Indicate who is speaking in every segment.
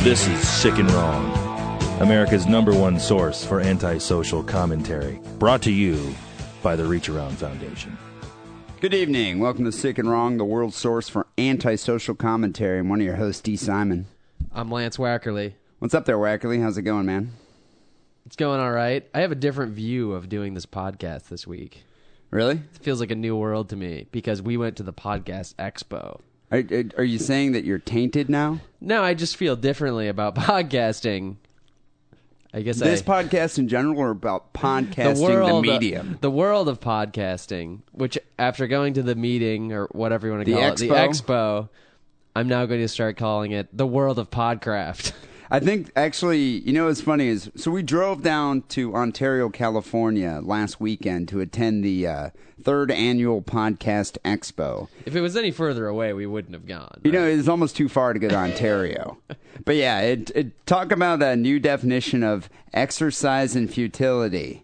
Speaker 1: This is Sick and Wrong, America's number one source for antisocial commentary. Brought to you by the Reach Around Foundation.
Speaker 2: Good evening. Welcome to Sick and Wrong, the world's source for antisocial commentary. I'm one of your hosts, D. Simon.
Speaker 3: I'm Lance Wackerly.
Speaker 2: What's up there, Wackerly? How's it going, man?
Speaker 3: It's going all right. I have a different view of doing this podcast this week.
Speaker 2: Really?
Speaker 3: It feels like a new world to me because we went to the podcast expo.
Speaker 2: Are, are, are you saying that you're tainted now?
Speaker 3: No, I just feel differently about podcasting. I guess
Speaker 2: This
Speaker 3: I,
Speaker 2: podcast in general or about podcasting the,
Speaker 3: uh,
Speaker 2: medium?
Speaker 3: the world of podcasting, which after going to the meeting or whatever you want to
Speaker 2: The
Speaker 3: call it, the
Speaker 2: expo?
Speaker 3: expo, I'm now going to start calling it the world of podcraft.
Speaker 2: I think actually, you know what's funny is so we drove down to Ontario, California last weekend to attend the uh, third annual podcast expo.
Speaker 3: if it was any further away, we wouldn't have gone.
Speaker 2: You know, it's almost too far to go to Ontario. but yeah, it, it talk about a new definition of exercise and futility.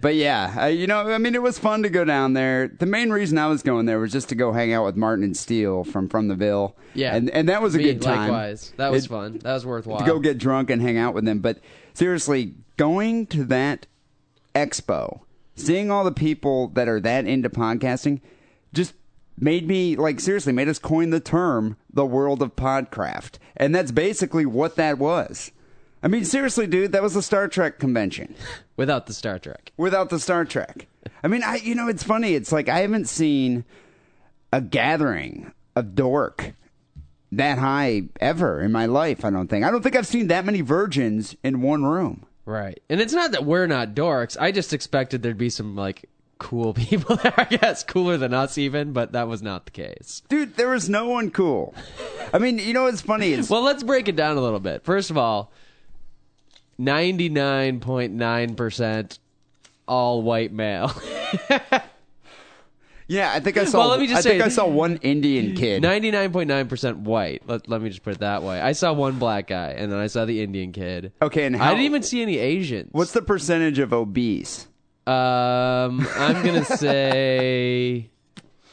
Speaker 2: But yeah, uh, you know, I mean, it was fun to go down there. The main reason I was going there was just to go hang out with Martin and Steele from From the Ville.
Speaker 3: Yeah,
Speaker 2: and and that was a
Speaker 3: Me,
Speaker 2: good time.
Speaker 3: Likewise, that was
Speaker 2: It-
Speaker 3: fun. That was worthwhile.
Speaker 2: to go get drunk and hang out with them. But seriously, going to that expo, seeing all the people that are that into podcasting, just made me like seriously made us coin the term the world of podcraft. And that's basically what that was. I mean, seriously, dude, that was a Star Trek convention
Speaker 3: without the Star Trek.
Speaker 2: without the Star Trek. I mean, I you know, it's funny. It's like I haven't seen a gathering of dork that high ever in my life. I don't think. I don't think I've seen that many virgins in one room.
Speaker 3: Right. And it's not that we're not dorks. I just expected there'd be some like cool people there, I guess, cooler than us even, but that was not the case.
Speaker 2: Dude, there was no one cool. I mean, you know, it's funny. It's
Speaker 3: Well, let's break it down a little bit. First of all, 99.9% all white male.
Speaker 2: yeah. I think I saw.
Speaker 3: Well, let me just
Speaker 2: I think
Speaker 3: say-
Speaker 2: I saw one Indian kid.
Speaker 3: 99.9% white. Let, let me just put it that way. I saw one black guy and then I saw the Indian kid.
Speaker 2: Okay, and
Speaker 3: I
Speaker 2: how-
Speaker 3: didn't even see any Asians.
Speaker 2: What's the percentage of obese?
Speaker 3: Um, I'm going to say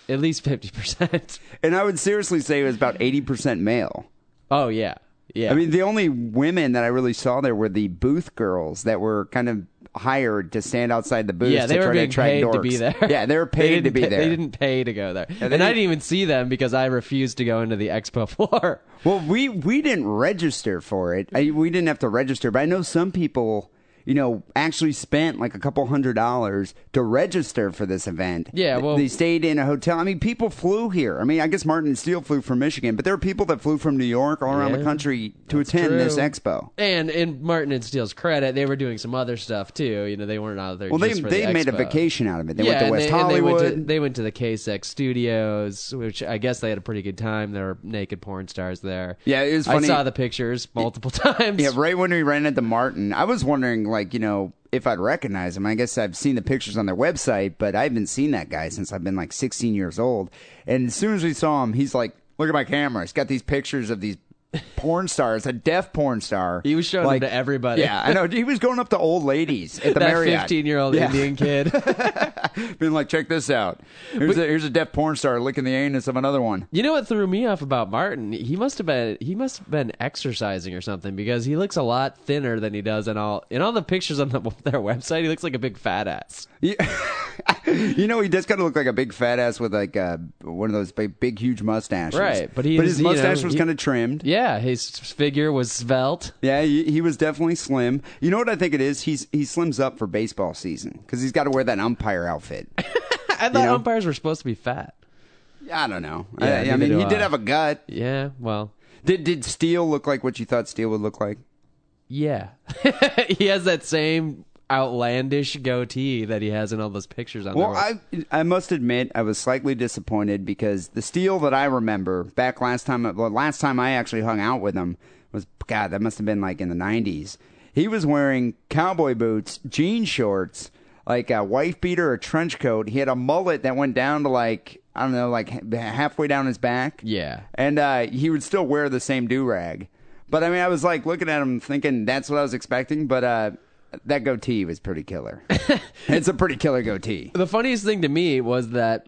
Speaker 3: at least 50%.
Speaker 2: And I would seriously say it was about eighty percent male.
Speaker 3: Oh yeah. Yeah.
Speaker 2: I mean, the only women that I really saw there were the booth girls that were kind of hired to stand outside the booth.
Speaker 3: Yeah, they
Speaker 2: to
Speaker 3: were
Speaker 2: try
Speaker 3: being
Speaker 2: to attract
Speaker 3: paid to
Speaker 2: dorks.
Speaker 3: be there.
Speaker 2: Yeah, they were paid to
Speaker 3: didn't
Speaker 2: be
Speaker 3: pay-
Speaker 2: there.
Speaker 3: They didn't pay to go there, and I
Speaker 2: didn't-
Speaker 3: didn't even see them because I refused to go into the expo floor.
Speaker 2: Well, we we didn't register for it. I, we didn't have to register, but I know some people. You know, actually spent like a couple hundred dollars to register for this event.
Speaker 3: Yeah, well-
Speaker 2: they stayed in a hotel. I mean, people flew here. I mean, I guess Martin and Steele flew from Michigan, but there were people that flew from New York all around the
Speaker 3: Yeah,
Speaker 2: country to attend this
Speaker 3: true.
Speaker 2: expo.
Speaker 3: And in Martin and Steele's credit, they were doing some other stuff too. You know, they weren't out there.
Speaker 2: Well, they
Speaker 3: just for
Speaker 2: they
Speaker 3: the
Speaker 2: made a
Speaker 3: expo.
Speaker 2: vacation out of it. They
Speaker 3: yeah,
Speaker 2: went to
Speaker 3: and
Speaker 2: West
Speaker 3: they, and they
Speaker 2: Hollywood.
Speaker 3: went to, they went to the KSX Studios, which I guess they had a pretty good time. There were naked porn stars there.
Speaker 2: Yeah, it was funny.
Speaker 3: I saw the pictures multiple times.
Speaker 2: Yeah, right when we ran into Martin, I was wondering, like, you know, if I'd recognize him. I guess I've seen the pictures on their website, but I haven't seen that guy since I've been like 16 years old. And as soon as we saw him, he's like, "Look at my camera." He's got these pictures of these porn stars, a deaf porn star.
Speaker 3: He was showing them
Speaker 2: like,
Speaker 3: to everybody.
Speaker 2: Yeah, I know. He was going up to old ladies at the
Speaker 3: that
Speaker 2: Marriott.
Speaker 3: fifteen-year-old
Speaker 2: Yeah.
Speaker 3: Indian kid.
Speaker 2: being like, "Check this out. Here's, a, here's a deaf porn star licking the anus of another one."
Speaker 3: You know what threw me off about Martin? He must have been he must have been exercising or something because he looks a lot thinner than he does in all in all the pictures on the, their website. He looks like a big fat ass.
Speaker 2: You, you know, he does kind of look like a big fat ass with like uh, one of those big, big huge mustaches.
Speaker 3: Right, but he-
Speaker 2: his
Speaker 3: you know,
Speaker 2: mustache was
Speaker 3: he-
Speaker 2: kind of trimmed.
Speaker 3: Yeah, his figure was svelte.
Speaker 2: Yeah, he, he was definitely slim. You know what I think it is? He's he slims up for baseball season because he's got to wear that umpire outfit.
Speaker 3: I thought
Speaker 2: know?
Speaker 3: umpires were supposed to be fat.
Speaker 2: I don't know.
Speaker 3: Yeah,
Speaker 2: I, I
Speaker 3: neither
Speaker 2: mean,
Speaker 3: do
Speaker 2: he did
Speaker 3: I.
Speaker 2: have a gut.
Speaker 3: Yeah, well,
Speaker 2: Did did Steele look like what you thought Steele would look like?
Speaker 3: yeah. he has that same outlandish goatee that he has in all those pictures on.
Speaker 2: Well,
Speaker 3: their
Speaker 2: I I must admit I was slightly disappointed because the Steele that I remember back last time well, last time I actually hung out with him was God that must have been like in the nineties. He was wearing cowboy boots, jean shorts, like a wife beater or trench coat. He had a mullet that went down to like I don't know like h- halfway down his back.
Speaker 3: Yeah.
Speaker 2: and uh, he would still wear the same do rag. But I mean, I was like looking at him, thinking that's what I was expecting. But uh, that goatee was pretty killer. it's a pretty killer goatee.
Speaker 3: the funniest thing to me was that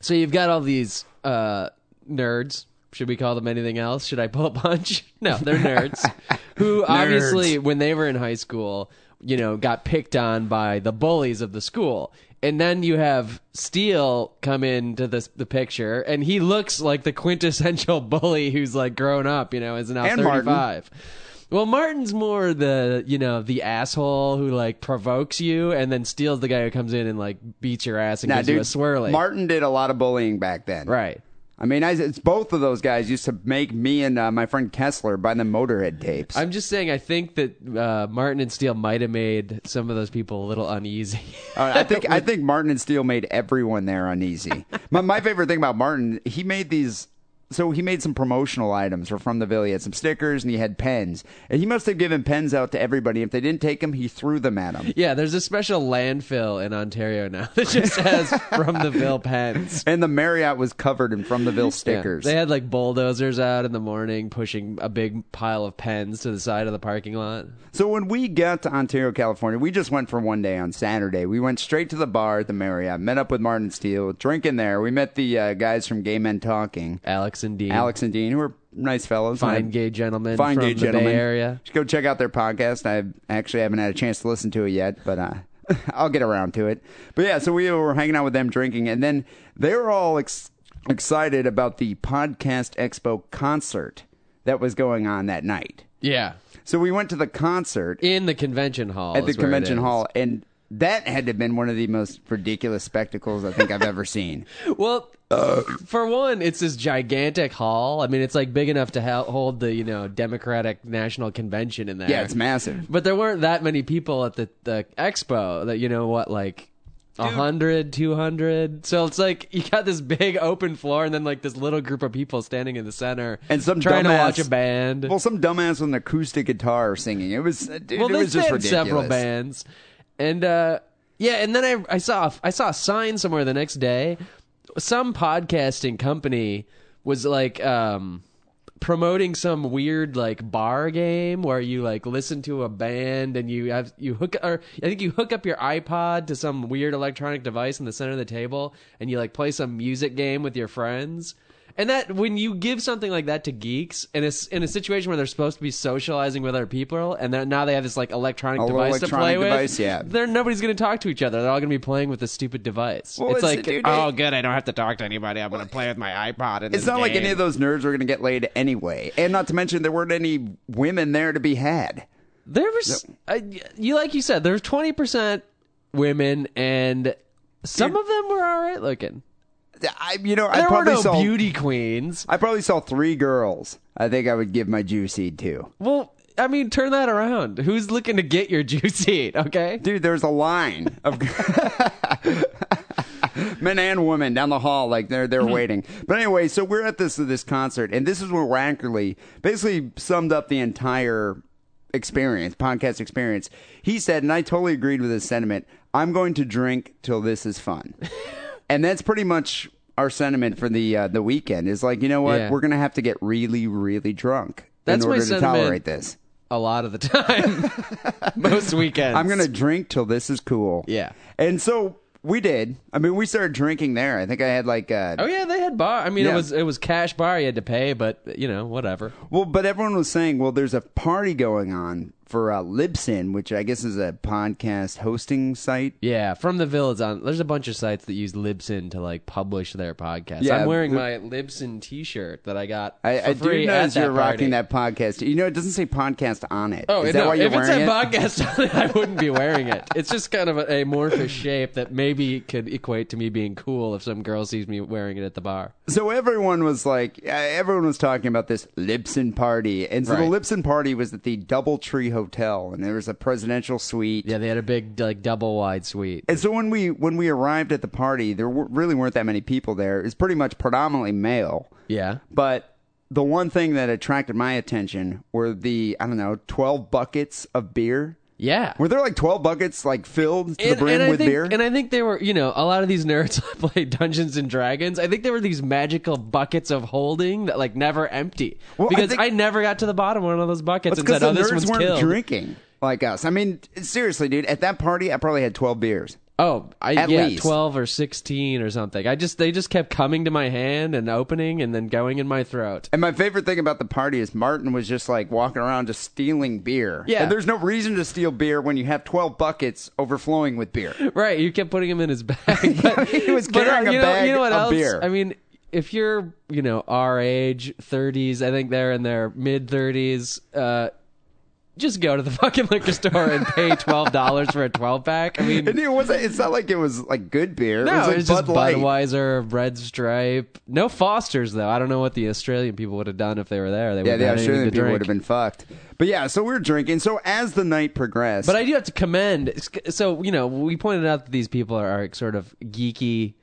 Speaker 3: so you've got all these uh nerds should we call them anything else should i pull a punch no they're nerds who obviously when they were in high school, you know, got picked on by the bullies of the school. And then you have Steele come into this the picture, and he looks like the quintessential bully who's like grown up, you know, is now
Speaker 2: And Martin.
Speaker 3: thirty five. Well, Martin's more the you know the asshole who like provokes you, and then Steele's the guy who comes in and like beats your ass and
Speaker 2: Nah,
Speaker 3: gives you a
Speaker 2: dude,
Speaker 3: swirly.
Speaker 2: Martin did a lot of bullying back then.
Speaker 3: right?
Speaker 2: I mean, I, it's both of those guys used to make me and uh, my friend Kessler buy the Motorhead tapes.
Speaker 3: I'm just saying, I think that uh, Martin and Steele might have made some of those people a little uneasy.
Speaker 2: Uh, I think I think Martin and Steele made everyone there uneasy. my, my favorite thing about Martin, he made these. So he made some promotional items for From the Ville. He had some stickers and he had pens. And he must have given pens out to everybody. If they didn't take them, he threw them at them.
Speaker 3: yeah, there's a special landfill in Ontario now that just has from the Bill Pens.
Speaker 2: And the Marriott was covered in From the Ville
Speaker 3: Yeah.
Speaker 2: stickers.
Speaker 3: They had like bulldozers out in the morning pushing a big pile of pens to the side of the parking lot.
Speaker 2: So when we got to Ontario, California, we just went for one day on Saturday. We went straight to the bar at the Marriott, met up with Martin Steele, drinking there. We met the uh, guys from Gay Men Talking,
Speaker 3: Alex and Dean,
Speaker 2: Alex and Dean, who are nice fellows.
Speaker 3: fine
Speaker 2: My-
Speaker 3: gay gentlemen
Speaker 2: fine
Speaker 3: from
Speaker 2: gay
Speaker 3: the
Speaker 2: gentlemen.
Speaker 3: Bay Area.
Speaker 2: Just go check out their podcast. I actually haven't had a chance to listen to it yet, but uh, I'll get around to it. But yeah, so we were hanging out with them drinking, and then they were all ex- excited about the podcast expo concert that was going on that night.
Speaker 3: Yeah,
Speaker 2: So we went to the concert
Speaker 3: in the convention hall.
Speaker 2: at the
Speaker 3: is where it
Speaker 2: convention
Speaker 3: is.
Speaker 2: hall, and that had to have been one of the most ridiculous spectacles I think I've ever seen.
Speaker 3: Well,
Speaker 2: Uh,
Speaker 3: for one, it's this gigantic hall. I mean, it's like big enough to ha- hold the you know Democratic National Convention in there.
Speaker 2: Yeah, it's massive.
Speaker 3: But there weren't that many people at the, the expo that, you know, what, like a hundred, two hundred. So it's like you got this big open floor and then like this little group of people standing in the center
Speaker 2: And some
Speaker 3: trying to
Speaker 2: dumbass-
Speaker 3: watch a band.
Speaker 2: Well, some dumbass with an acoustic guitar singing. It was, dude,
Speaker 3: Well,
Speaker 2: it
Speaker 3: they
Speaker 2: was just
Speaker 3: had
Speaker 2: ridiculous.
Speaker 3: several bands, and uh, yeah, and then I I saw I saw a sign somewhere the next day. Some podcasting company was like um, promoting some weird like bar game where you like listen to a band and you have you hook or I think you hook up your iPod to some weird electronic device in the center of the table and you like play some music game with your friends. And that when you give something like that to geeks in a s- in a situation where they're supposed to be socializing with other people, and then now they have this like electronic
Speaker 2: A little
Speaker 3: device to
Speaker 2: electronic
Speaker 3: play
Speaker 2: device,
Speaker 3: with,
Speaker 2: yeah.
Speaker 3: they're nobody's going to talk to each other. They're all going to be playing with this stupid device.
Speaker 2: Well,
Speaker 3: it's,
Speaker 2: it's-
Speaker 3: like,
Speaker 2: dude, it-
Speaker 3: oh, good, I don't have to talk to anybody. I'm going to play with my iPod. And
Speaker 2: It's not like any of those nerds were going to get laid anyway, and not to mention there weren't any women there to be had.
Speaker 3: There was I, you like you said there's twenty percent women, and some of them were all right looking.
Speaker 2: I, you know, I
Speaker 3: There were
Speaker 2: probably
Speaker 3: no
Speaker 2: saw
Speaker 3: beauty queens.
Speaker 2: I probably saw three girls. I think I would give my juicy to.
Speaker 3: Well, I mean, turn that around. Who's looking to get your juice eat? Okay.
Speaker 2: Dude, there's a line of men and women down the hall, like they're
Speaker 3: Mm-hmm.
Speaker 2: they're waiting. But anyway, so we're at this this concert, and this is where Rankerly basically summed up the entire experience, podcast experience. He said, and I totally agreed with his sentiment. I'm going to drink till this is fun, and that's pretty much our sentiment for the uh, the weekend. Is like, you know what,
Speaker 3: Yeah.
Speaker 2: we're gonna have to get really, really drunk
Speaker 3: That's
Speaker 2: in
Speaker 3: my
Speaker 2: order to
Speaker 3: sentiment.
Speaker 2: tolerate this.
Speaker 3: a lot of the time. Most weekends.
Speaker 2: I'm gonna drink till this is cool.
Speaker 3: Yeah.
Speaker 2: And so we did. I mean, we started drinking there. I think I had like, uh,
Speaker 3: Oh yeah, they had bar. I mean,
Speaker 2: Yeah.
Speaker 3: it was it was cash bar. You had to pay, but you know, whatever.
Speaker 2: well, but everyone was saying, well, there's a party going on for uh, Libsyn, which I guess is a podcast hosting site.
Speaker 3: Yeah, from the village on. There's a bunch of sites that use Libsyn to like publish their podcasts.
Speaker 2: Yeah,
Speaker 3: I'm wearing
Speaker 2: the-
Speaker 3: my Libsyn T-shirt that I got. for
Speaker 2: I, I do
Speaker 3: free at
Speaker 2: notice
Speaker 3: that
Speaker 2: you're rocking
Speaker 3: party.
Speaker 2: that podcast. You know, it doesn't say podcast on it.
Speaker 3: Oh,
Speaker 2: is
Speaker 3: no,
Speaker 2: that why you're
Speaker 3: if it's
Speaker 2: wearing
Speaker 3: a
Speaker 2: it?
Speaker 3: podcast on it, I wouldn't be wearing it. It's just kind of a amorphous shape that maybe could equate to me being cool if some girl sees me wearing it at the bar.
Speaker 2: So everyone was like, uh, everyone was talking about this Libsyn party, and so
Speaker 3: Right.
Speaker 2: the Libsyn party was at the DoubleTree Hotel, and there was a presidential suite.
Speaker 3: Yeah, they had a big like double wide suite.
Speaker 2: And so when we when we arrived at the party, there w- really weren't that many people there. It's pretty much predominantly male.
Speaker 3: Yeah.
Speaker 2: But the one thing that attracted my attention were the I don't know twelve buckets of beer.
Speaker 3: Yeah.
Speaker 2: Were there like twelve buckets like filled to the brim
Speaker 3: I
Speaker 2: with
Speaker 3: think,
Speaker 2: beer?
Speaker 3: And I think they were, you know, a lot of these nerds play Dungeons and Dragons. I think there were these magical buckets of holding that like never empty.
Speaker 2: Well, I
Speaker 3: because I,
Speaker 2: think-
Speaker 3: never got to the bottom of one of those buckets
Speaker 2: That's
Speaker 3: and
Speaker 2: because
Speaker 3: said,
Speaker 2: the
Speaker 3: "Oh, this
Speaker 2: nerds
Speaker 3: one's
Speaker 2: weren't
Speaker 3: killed."
Speaker 2: drinking like us. I mean, seriously, dude. At that party, I probably had twelve beers.
Speaker 3: Oh, I
Speaker 2: At
Speaker 3: yeah,
Speaker 2: least.
Speaker 3: twelve or sixteen or something. I just they just kept coming to my hand and opening and then going in my throat.
Speaker 2: And my favorite thing about the party is Martin was just like walking around just stealing beer.
Speaker 3: Yeah.
Speaker 2: And there's no reason to steal beer when you have 12 buckets overflowing with beer.
Speaker 3: Right, you kept putting him in his bag. But,
Speaker 2: He was
Speaker 3: but, uh,
Speaker 2: carrying a
Speaker 3: you know,
Speaker 2: bag
Speaker 3: you know what
Speaker 2: of
Speaker 3: else?
Speaker 2: beer.
Speaker 3: I mean, if you're you know our age, thirties, I think they're in their mid thirties. Uh, just go to the fucking liquor store and pay twelve dollars for a twelve pack. I mean,
Speaker 2: And it wasn't, it's not like it was like good beer.
Speaker 3: no,
Speaker 2: it
Speaker 3: it's
Speaker 2: was like
Speaker 3: just
Speaker 2: Bud Light.
Speaker 3: Budweiser, Red Stripe. No Fosters though. I don't know what the Australian people would have done if they were there. They
Speaker 2: Yeah,
Speaker 3: would
Speaker 2: the
Speaker 3: have
Speaker 2: Australian
Speaker 3: to
Speaker 2: people would
Speaker 3: drink.
Speaker 2: have been fucked. But yeah, so we were drinking. So as the night progressed,
Speaker 3: But I do have to commend. So you know, we pointed out that these people are, are sort of geeky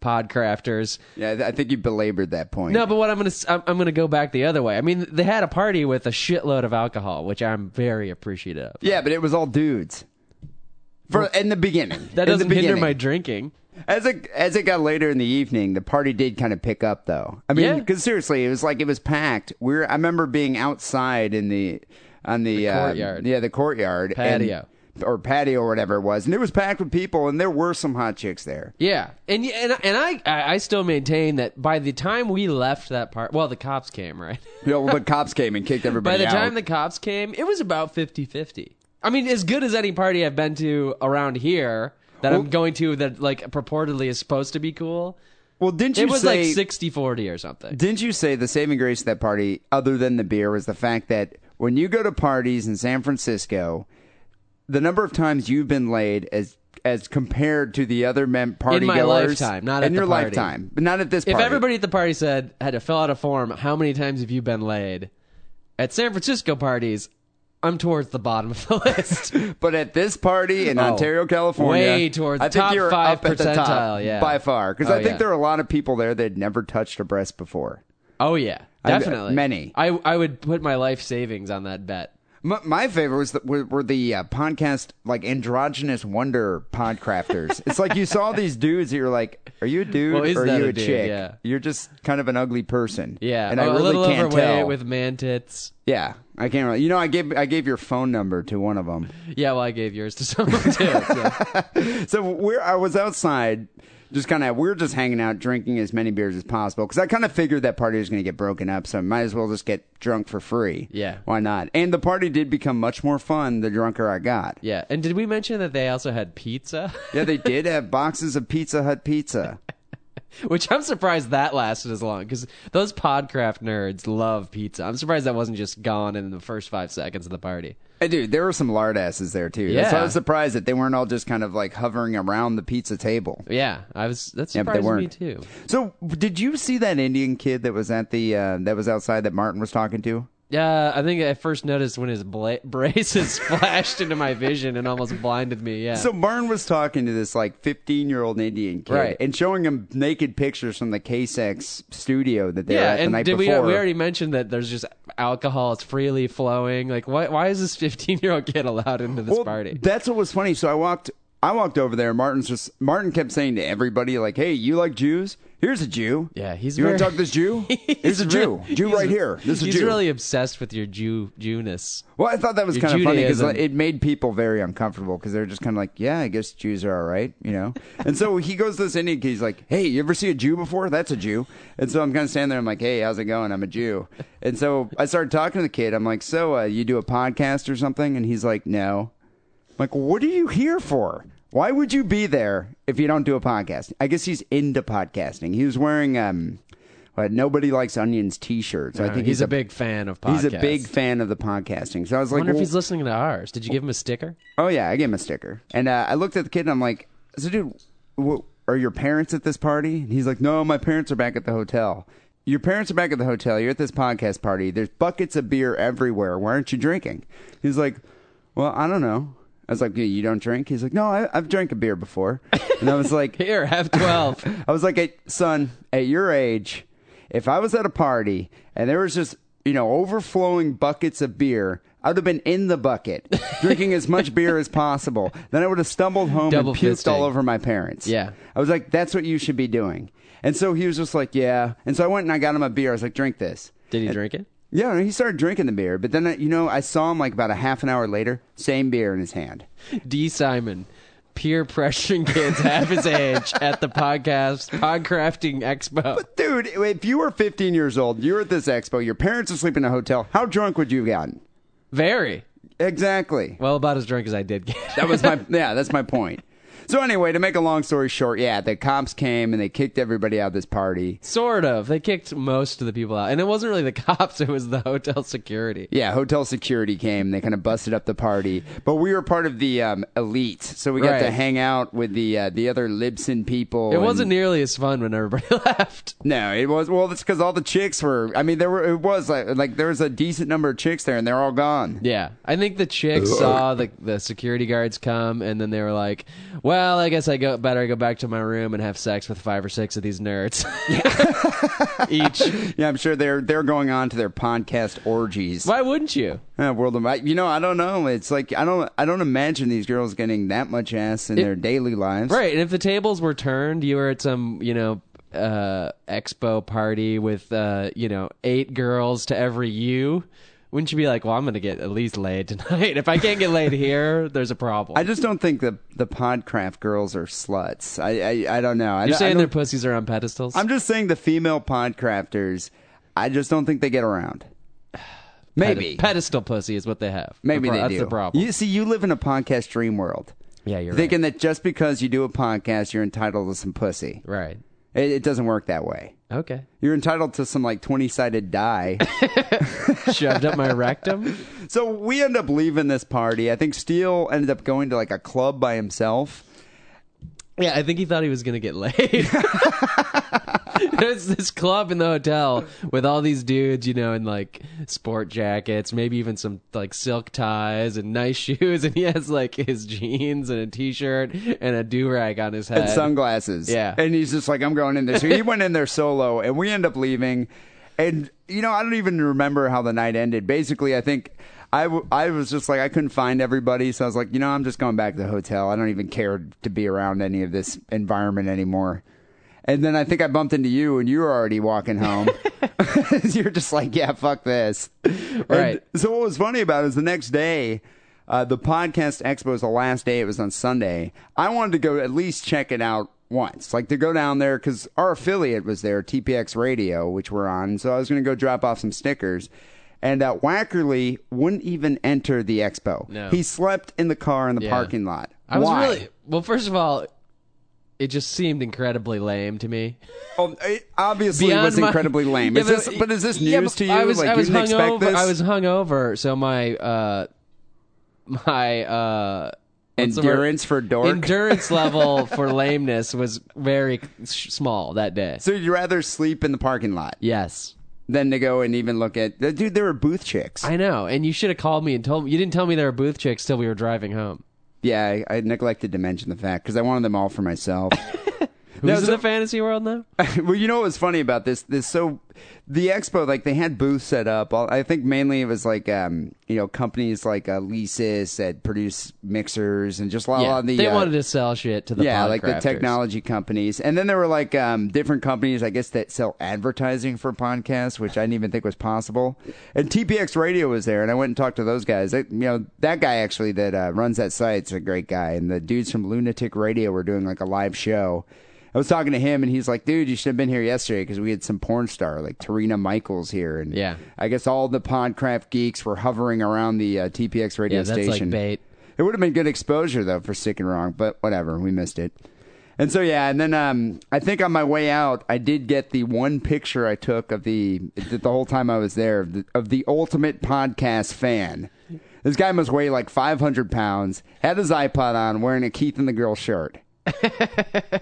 Speaker 3: podcrafters.
Speaker 2: yeah, I think you belabored that point.
Speaker 3: No, but what I'm gonna s- I'm, I'm gonna go back the other way. I mean, they had a party with a shitload of alcohol, which I'm very appreciative. of.
Speaker 2: Yeah, but it was all dudes. For in the beginning,
Speaker 3: That
Speaker 2: In the
Speaker 3: doesn't hinder
Speaker 2: beginning.
Speaker 3: my drinking.
Speaker 2: As it as it got later in the evening, the party did kind of pick up, though. I mean,
Speaker 3: Yeah.
Speaker 2: because seriously, it was like it was packed. We were, I remember being outside in the on the, uh,
Speaker 3: courtyard.
Speaker 2: yeah, the courtyard and-
Speaker 3: Patio.
Speaker 2: or patio or whatever it was, and it was packed with people, and there were some hot chicks there.
Speaker 3: Yeah, and y- and and I I I still maintain that by the time we left that part, well, the cops came right.
Speaker 2: You know, the cops came and kicked
Speaker 3: By
Speaker 2: everybody
Speaker 3: the
Speaker 2: out.
Speaker 3: time the cops came, it was about 50-50. I mean, as good as any party I've been to around here that I'm going to that like purportedly is supposed to be cool.
Speaker 2: well, didn't you
Speaker 3: It was
Speaker 2: say
Speaker 3: like 60-40 or something.
Speaker 2: Didn't you say the saving grace of that party, other than the beer, was the fact that when you go to parties in San Francisco, the number of times you've been laid as as compared to the other mem- party
Speaker 3: my lifetime, not at
Speaker 2: in
Speaker 3: the
Speaker 2: your
Speaker 3: party.
Speaker 2: lifetime, but not at this.
Speaker 3: If
Speaker 2: party.
Speaker 3: everybody at the party said had to fill out a form, how many times have you been laid? At San Francisco parties, I'm towards the bottom of the list.
Speaker 2: but at this party in
Speaker 3: Oh,
Speaker 2: Ontario, California,
Speaker 3: way towards
Speaker 2: I think
Speaker 3: top
Speaker 2: you're
Speaker 3: five
Speaker 2: up at the top
Speaker 3: percentile, yeah.
Speaker 2: by far. Because
Speaker 3: Oh,
Speaker 2: I think
Speaker 3: yeah.
Speaker 2: there are a lot of people there that had never touched a breast before.
Speaker 3: oh yeah,
Speaker 2: I-
Speaker 3: definitely
Speaker 2: many.
Speaker 3: I I would put my life savings on that bet.
Speaker 2: My, my favorite was the, were, were the uh, podcast like androgynous wonder podcrafters. it's like you saw these dudes that you're like, are you a dude
Speaker 3: Well, is
Speaker 2: or are
Speaker 3: that
Speaker 2: you
Speaker 3: a
Speaker 2: a,
Speaker 3: dude?
Speaker 2: chick?
Speaker 3: Yeah.
Speaker 2: You're just kind of an ugly person.
Speaker 3: Yeah,
Speaker 2: and
Speaker 3: Oh,
Speaker 2: I really
Speaker 3: a little
Speaker 2: can't
Speaker 3: overweight
Speaker 2: tell.
Speaker 3: with man tits.
Speaker 2: yeah, I can't. Really, you know, I gave I gave your phone number to one of them.
Speaker 3: Yeah, well, I gave yours to someone too. so.
Speaker 2: So we're I was outside, just kind of we were just hanging out, drinking as many beers as possible because I kind of figured that party was going to get broken up, so I might as well just get drunk for free.
Speaker 3: Yeah.
Speaker 2: why not? And the party did become much more fun the drunker I got.
Speaker 3: Yeah, and did we mention that they also had pizza?
Speaker 2: Yeah, they did have boxes of Pizza Hut pizza.
Speaker 3: Which I'm surprised that lasted as long because those Podcraft nerds love pizza. I'm surprised that wasn't just gone in the first five seconds of the party.
Speaker 2: Hey, dude, there were some lard asses there too. That's why I
Speaker 3: Yeah.
Speaker 2: was surprised that they weren't all just kind of like hovering around the pizza table.
Speaker 3: Yeah, I was. That
Speaker 2: Yeah, but they
Speaker 3: surprised me
Speaker 2: weren't.
Speaker 3: too.
Speaker 2: So, did you see that Indian kid that was at the uh, that was outside that Martin was talking to?
Speaker 3: Yeah, I think I first noticed when his bla- braces flashed into my vision and almost blinded me. Yeah.
Speaker 2: So Martin was talking to this like 15 year old Indian kid
Speaker 3: Right.
Speaker 2: and showing him naked pictures from the KSX studio that they were
Speaker 3: yeah,
Speaker 2: at the
Speaker 3: and
Speaker 2: night
Speaker 3: did we, uh,
Speaker 2: before.
Speaker 3: we already mentioned that there's just alcohol it's freely flowing. Like, why why is this 15 year old kid allowed into this
Speaker 2: Well,
Speaker 3: party?
Speaker 2: That's what was funny. So I walked I walked over there. Martin's just Martin kept saying to everybody, like, "Hey, you like Jews? Here's a Jew.
Speaker 3: Yeah, he's
Speaker 2: you want to
Speaker 3: very-
Speaker 2: talk to this Jew? He's a Jew.
Speaker 3: really-
Speaker 2: Jew
Speaker 3: he's-
Speaker 2: right here. This is a
Speaker 3: he's
Speaker 2: Jew.
Speaker 3: really obsessed with your Jew Jewness.
Speaker 2: well, I thought that was
Speaker 3: Your
Speaker 2: kind of funny because
Speaker 3: Judaism.
Speaker 2: it made people very uncomfortable because they're just kind of like, "Yeah, I guess Jews are all right," you know. and so he goes to this Indian kid. He's like, "Hey, you ever see a Jew before? That's a Jew." And so I'm kind of standing there. I'm like, "Hey, how's it going? I'm a Jew." And so I started talking to the kid. I'm like, "So uh, you do a podcast or something?" And he's like, "No." I'm like, what are you here for? Why would you be there if you don't do a podcast? I guess he's into podcasting. He was wearing um, what nobody likes onions T-shirt. So I think
Speaker 3: he's, a, big fan of podcasts.
Speaker 2: he's a big fan of the podcasting. So I was
Speaker 3: I
Speaker 2: like,
Speaker 3: wonder if
Speaker 2: well-
Speaker 3: he's listening to ours. Did you give him a sticker?
Speaker 2: oh yeah, I gave him a sticker, and uh, I looked at the kid and I'm like, so dude, wh- are your parents at this party? And he's like, no, my parents are back at the hotel. Your parents are back at the hotel. You're at this podcast party. There's buckets of beer everywhere. Why aren't you drinking? He's like, well, I don't know. I was like, "You- you don't drink? He's like, no, I, I've drank a beer before. And I was like,
Speaker 3: Here, have 12.
Speaker 2: I was like, hey, son, at your age, if I was at a party and there was just, you know, overflowing buckets of beer, I would have been in the bucket, drinking as much beer as possible. Then I would have stumbled home
Speaker 3: Double
Speaker 2: and puked
Speaker 3: fisting.
Speaker 2: all over my parents.
Speaker 3: Yeah.
Speaker 2: I was like, that's what you should be doing. And so he was just like, yeah. And so I went and I got him a beer. I was like, drink this.
Speaker 3: Did he drink it?
Speaker 2: Yeah, and he started drinking the beer. But then, uh, you know, I saw him like about a half an hour later, same beer in his hand.
Speaker 3: D. Simon, peer pressuring kids half his age at the podcast podcrafting expo.
Speaker 2: Dude, if you were 15 years old, you were at this expo, your parents are sleeping in a hotel, how drunk would you have gotten?
Speaker 3: Very
Speaker 2: Exactly.
Speaker 3: well, about as drunk as I did get.
Speaker 2: That was my yeah, that's my point. So anyway, to make a long story short, yeah, the cops came and they kicked everybody out of this party.
Speaker 3: Sort of. They kicked most of the people out, and it wasn't really the cops; it was the hotel security.
Speaker 2: Yeah, hotel security came. They kind of busted up the party, but we were part of the um, elite, so we got to
Speaker 3: Right.
Speaker 2: hang out with the uh, the other Libsyn people.
Speaker 3: It
Speaker 2: and-
Speaker 3: wasn't nearly as fun when everybody left.
Speaker 2: No, it was well. That's because all the chicks were. I mean, there were. It was like like there was a decent number of chicks there, and they're all gone.
Speaker 3: Yeah, I think the chicks saw the the security guards come, and then they were like, "Well, I guess I go better go back to my room and have sex with five or six of these nerds each."
Speaker 2: Yeah, I'm sure they're they're going on to their podcast orgies.
Speaker 3: Why wouldn't you?
Speaker 2: Uh, world of my, you know, I don't know. It's like I don't I don't imagine these girls getting that much ass in their daily lives.
Speaker 3: Right, and if the tables were turned, you were at some you know uh expo party with uh you know eight girls to every you. Wouldn't you be like, well, I'm going to get at least laid tonight. If I can't get laid here, there's a problem.
Speaker 2: I just don't think the the Podcraft girls are sluts. I I, I don't know. I,
Speaker 3: You're
Speaker 2: don't- I
Speaker 3: saying
Speaker 2: don't-
Speaker 3: their pussies are on pedestals?
Speaker 2: I'm just saying the female Podcrafters. I just don't think they get around.
Speaker 3: Ped-
Speaker 2: Maybe
Speaker 3: pedestal pussy is what they have.
Speaker 2: maybe
Speaker 3: The pro-
Speaker 2: they
Speaker 3: that's
Speaker 2: do.
Speaker 3: the problem.
Speaker 2: You see, you live in a podcast dream world.
Speaker 3: yeah, you're
Speaker 2: Thinking that just because you do a podcast, you're entitled to some pussy.
Speaker 3: right. Right.
Speaker 2: It, it doesn't work that way.
Speaker 3: Okay.
Speaker 2: You're entitled to some like 20 sided die.
Speaker 3: Shoved up my rectum.
Speaker 2: So we end up leaving this party. I think Steele ended up going to like a club by himself.
Speaker 3: Yeah, I think he thought he was gonna get laid. There's this club in the hotel with all these dudes, you know, in like sport jackets, maybe even some like silk ties and nice shoes, and he has like his jeans and a t-shirt and a do rag on his head.
Speaker 2: and sunglasses.
Speaker 3: Yeah.
Speaker 2: And he's just like, I'm going in there. So he went in there solo, and we end up leaving. And, you know, I don't even remember how the night ended. Basically, I think I, w- I was just like, I couldn't find everybody. So I was like, you know, I'm just going back to the hotel. I don't even care to be around any of this environment anymore. And then I think I bumped into you, and you were already walking home. You're just like, yeah, fuck this. And
Speaker 3: Right.
Speaker 2: so what was funny about it is the next day, uh, the podcast expo is the last day. It was on Sunday. I wanted to go at least check it out once, like to go down there because our affiliate was there, TPX Radio, which we're on. So I was going to go drop off some stickers. And uh, Wackerly wouldn't even enter the expo.
Speaker 3: No.
Speaker 2: He slept in the car in the parking lot.
Speaker 3: I was
Speaker 2: Why?
Speaker 3: really well. First of all, it just seemed incredibly lame to me.
Speaker 2: Oh, it obviously was
Speaker 3: my-
Speaker 2: incredibly lame.
Speaker 3: Yeah,
Speaker 2: is this, but is this news
Speaker 3: yeah, but
Speaker 2: to you?
Speaker 3: I was,
Speaker 2: like
Speaker 3: I was
Speaker 2: you didn't expect
Speaker 3: hungover.
Speaker 2: this?
Speaker 3: I was hungover, so my uh, my uh, what's the word?
Speaker 2: Endurance for dork?
Speaker 3: endurance level for lameness was very sh- small that day.
Speaker 2: so you'd rather sleep in the parking lot
Speaker 3: yes,
Speaker 2: than to go and even look at. Dude, there were booth chicks.
Speaker 3: I know. And you should have called me and told me. You didn't tell me there were booth chicks till we were driving home.
Speaker 2: Yeah, I, I neglected to mention the fact because I wanted them all for myself.
Speaker 3: Who's
Speaker 2: No,
Speaker 3: in
Speaker 2: so- Oh,
Speaker 3: the fantasy world now?
Speaker 2: well, you know what was funny about this? This so the expo, like they had booths set up. All- I think mainly it was like um, you know companies like uh, Lesis that produce mixers and just a lot,
Speaker 3: yeah,
Speaker 2: of the
Speaker 3: they
Speaker 2: uh,
Speaker 3: wanted to sell shit to the
Speaker 2: yeah,
Speaker 3: pod
Speaker 2: like the
Speaker 3: crafters.
Speaker 2: technology companies, and then there were like um, different companies, I guess, that sell advertising for podcasts, which I didn't even think was possible. And TPX Radio was there, and I went and talked to those guys. That, you know, that guy actually that uh, runs that site's a great guy, and the dudes from Lunatic Radio were doing like a live show. I was talking to him, and he's like, "Dude, you should have been here yesterday because we had some porn star like Tarina Michaels here." And
Speaker 3: Yeah.
Speaker 2: I guess all the Podcraft geeks were hovering around the uh, TPX radio
Speaker 3: Yeah, that's
Speaker 2: station.
Speaker 3: like bait.
Speaker 2: It would have been good exposure though for sick and wrong, but whatever, we missed it. And so yeah, and then um, I think on my way out, I did get the one picture I took of the the whole time I was there of the, of the ultimate podcast fan. This guy must weigh like 500 pounds. Had his iPod on, wearing a Keith and the Girl shirt.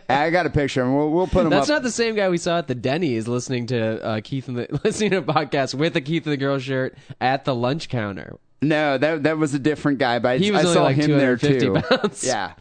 Speaker 2: I got a picture, and we'll, we'll put him
Speaker 3: That's
Speaker 2: up.
Speaker 3: not the same guy we saw at the Denny's listening to uh, Keith and the listening to a podcast with a Keith and the Girl shirt at the lunch counter.
Speaker 2: No, that that was a different guy, but I,
Speaker 3: He was
Speaker 2: I
Speaker 3: only
Speaker 2: saw
Speaker 3: like
Speaker 2: him there too.
Speaker 3: 250 pounds.
Speaker 2: Yeah.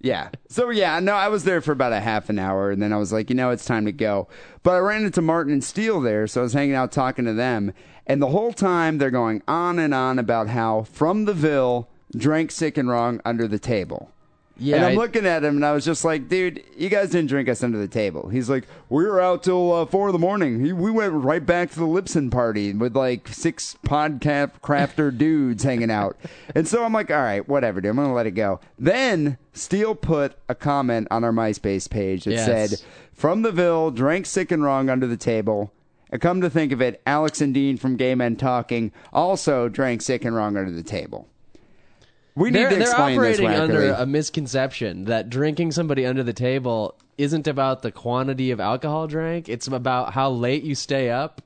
Speaker 2: Yeah. So yeah, no, I was there for about a half an hour and then I was like, you know, it's time to go. But I ran into Martin and Steele there, so I was hanging out talking to them, and the whole time they're going on and on about how from the Ville drank sick and wrong under the table.
Speaker 3: Yeah,
Speaker 2: and I'm
Speaker 3: I-
Speaker 2: looking at him, and I was just like, dude, you guys didn't drink us under the table. He's like, we were out till uh, four in the morning. He, we went right back to the Lipson party with like six podcast crafter dudes hanging out. And so I'm like, all right, whatever, dude. I'm gonna let it go. Then Steele put a comment on our MySpace page that
Speaker 3: Yes.
Speaker 2: said, "From the Ville, drank sick and wrong under the table." And come to think of it, Alex and Dean from Gay Men Talking also drank sick and wrong under the table. We need
Speaker 3: They're,
Speaker 2: to
Speaker 3: they're
Speaker 2: explain this
Speaker 3: operating
Speaker 2: Wackerly.
Speaker 3: under a misconception that drinking somebody under the table isn't about the quantity of alcohol drank. It's about how late you stay up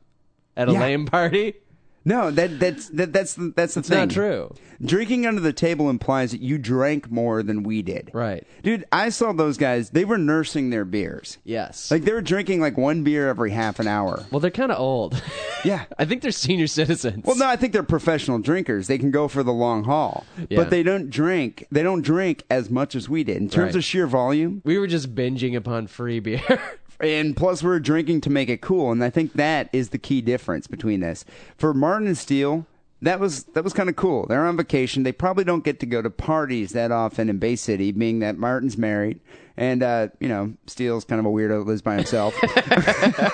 Speaker 3: at a
Speaker 2: Yeah.
Speaker 3: lame party.
Speaker 2: No, that that's that, that's the- that's the
Speaker 3: It's
Speaker 2: thing.
Speaker 3: not true.
Speaker 2: Drinking under the table implies that you drank more than we did.
Speaker 3: Right.
Speaker 2: Dude, I saw those guys. They were nursing their beers.
Speaker 3: Yes.
Speaker 2: Like they were drinking like one beer every half an hour.
Speaker 3: well, they're kind of old.
Speaker 2: Yeah.
Speaker 3: I think they're senior citizens.
Speaker 2: Well, no, I think they're professional drinkers. They can go for the long haul,
Speaker 3: Yeah.
Speaker 2: but they don't drink. They don't drink as much as we did in terms
Speaker 3: Right.
Speaker 2: of sheer volume.
Speaker 3: We were just binging upon free beer.
Speaker 2: And plus, we we're drinking to make it cool, and I think that is the key difference between this. For Martin and Steele, that was that was kind of cool. They're on vacation; they probably don't get to go to parties that often in Bay City, being that Martin's married, and uh, you know Steele's kind of a weirdo, that lives by himself.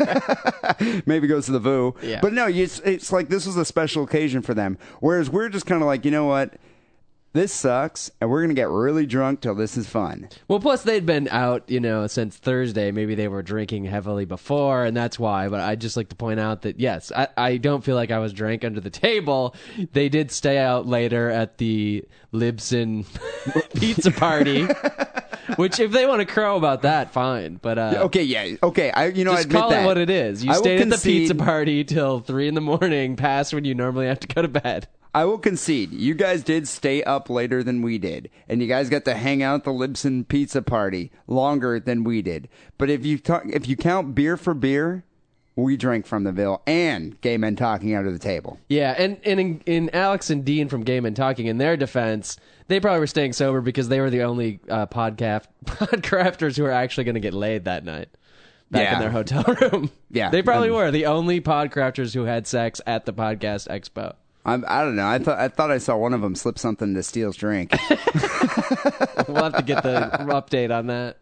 Speaker 2: Maybe goes to the VU,
Speaker 3: Yeah.
Speaker 2: but no, it's, it's like this was a special occasion for them. Whereas we're just kind of like, you know what, this sucks, and we're gonna get really drunk till this is fun.
Speaker 3: well, plus they'd been out, you know, since Thursday. Maybe they were drinking heavily before, and that's why. But I'd just like to point out that yes, I, I don't feel like I was drank under the table. They did stay out later at the Libsyn pizza party. Which, if they want to crow about that, fine. But uh,
Speaker 2: Okay, yeah, okay. I you know I
Speaker 3: just
Speaker 2: admit
Speaker 3: call
Speaker 2: that.
Speaker 3: it what it is. You
Speaker 2: I will
Speaker 3: stayed at the
Speaker 2: concede-
Speaker 3: pizza party till three in the morning, past when you normally have to go to bed.
Speaker 2: I will concede, you guys did stay up later than we did, and you guys got to hang out at the Libsyn pizza party longer than we did. But if you talk, if you count beer for beer, we drank from the bill and gay men talking under the table.
Speaker 3: Yeah, and, and in, in Alex and Dean from Game and Talking, in their defense, they probably were staying sober because they were the only uh, podcast podcrafters who were actually going to get laid that night back
Speaker 2: Yeah.
Speaker 3: in their hotel room.
Speaker 2: Yeah,
Speaker 3: they probably
Speaker 2: and-
Speaker 3: were the only podcrafters who had sex at the podcast expo.
Speaker 2: I'm, I don't know. I thought I thought I saw one of them slip something to Steele's drink.
Speaker 3: We'll have to get the update on that.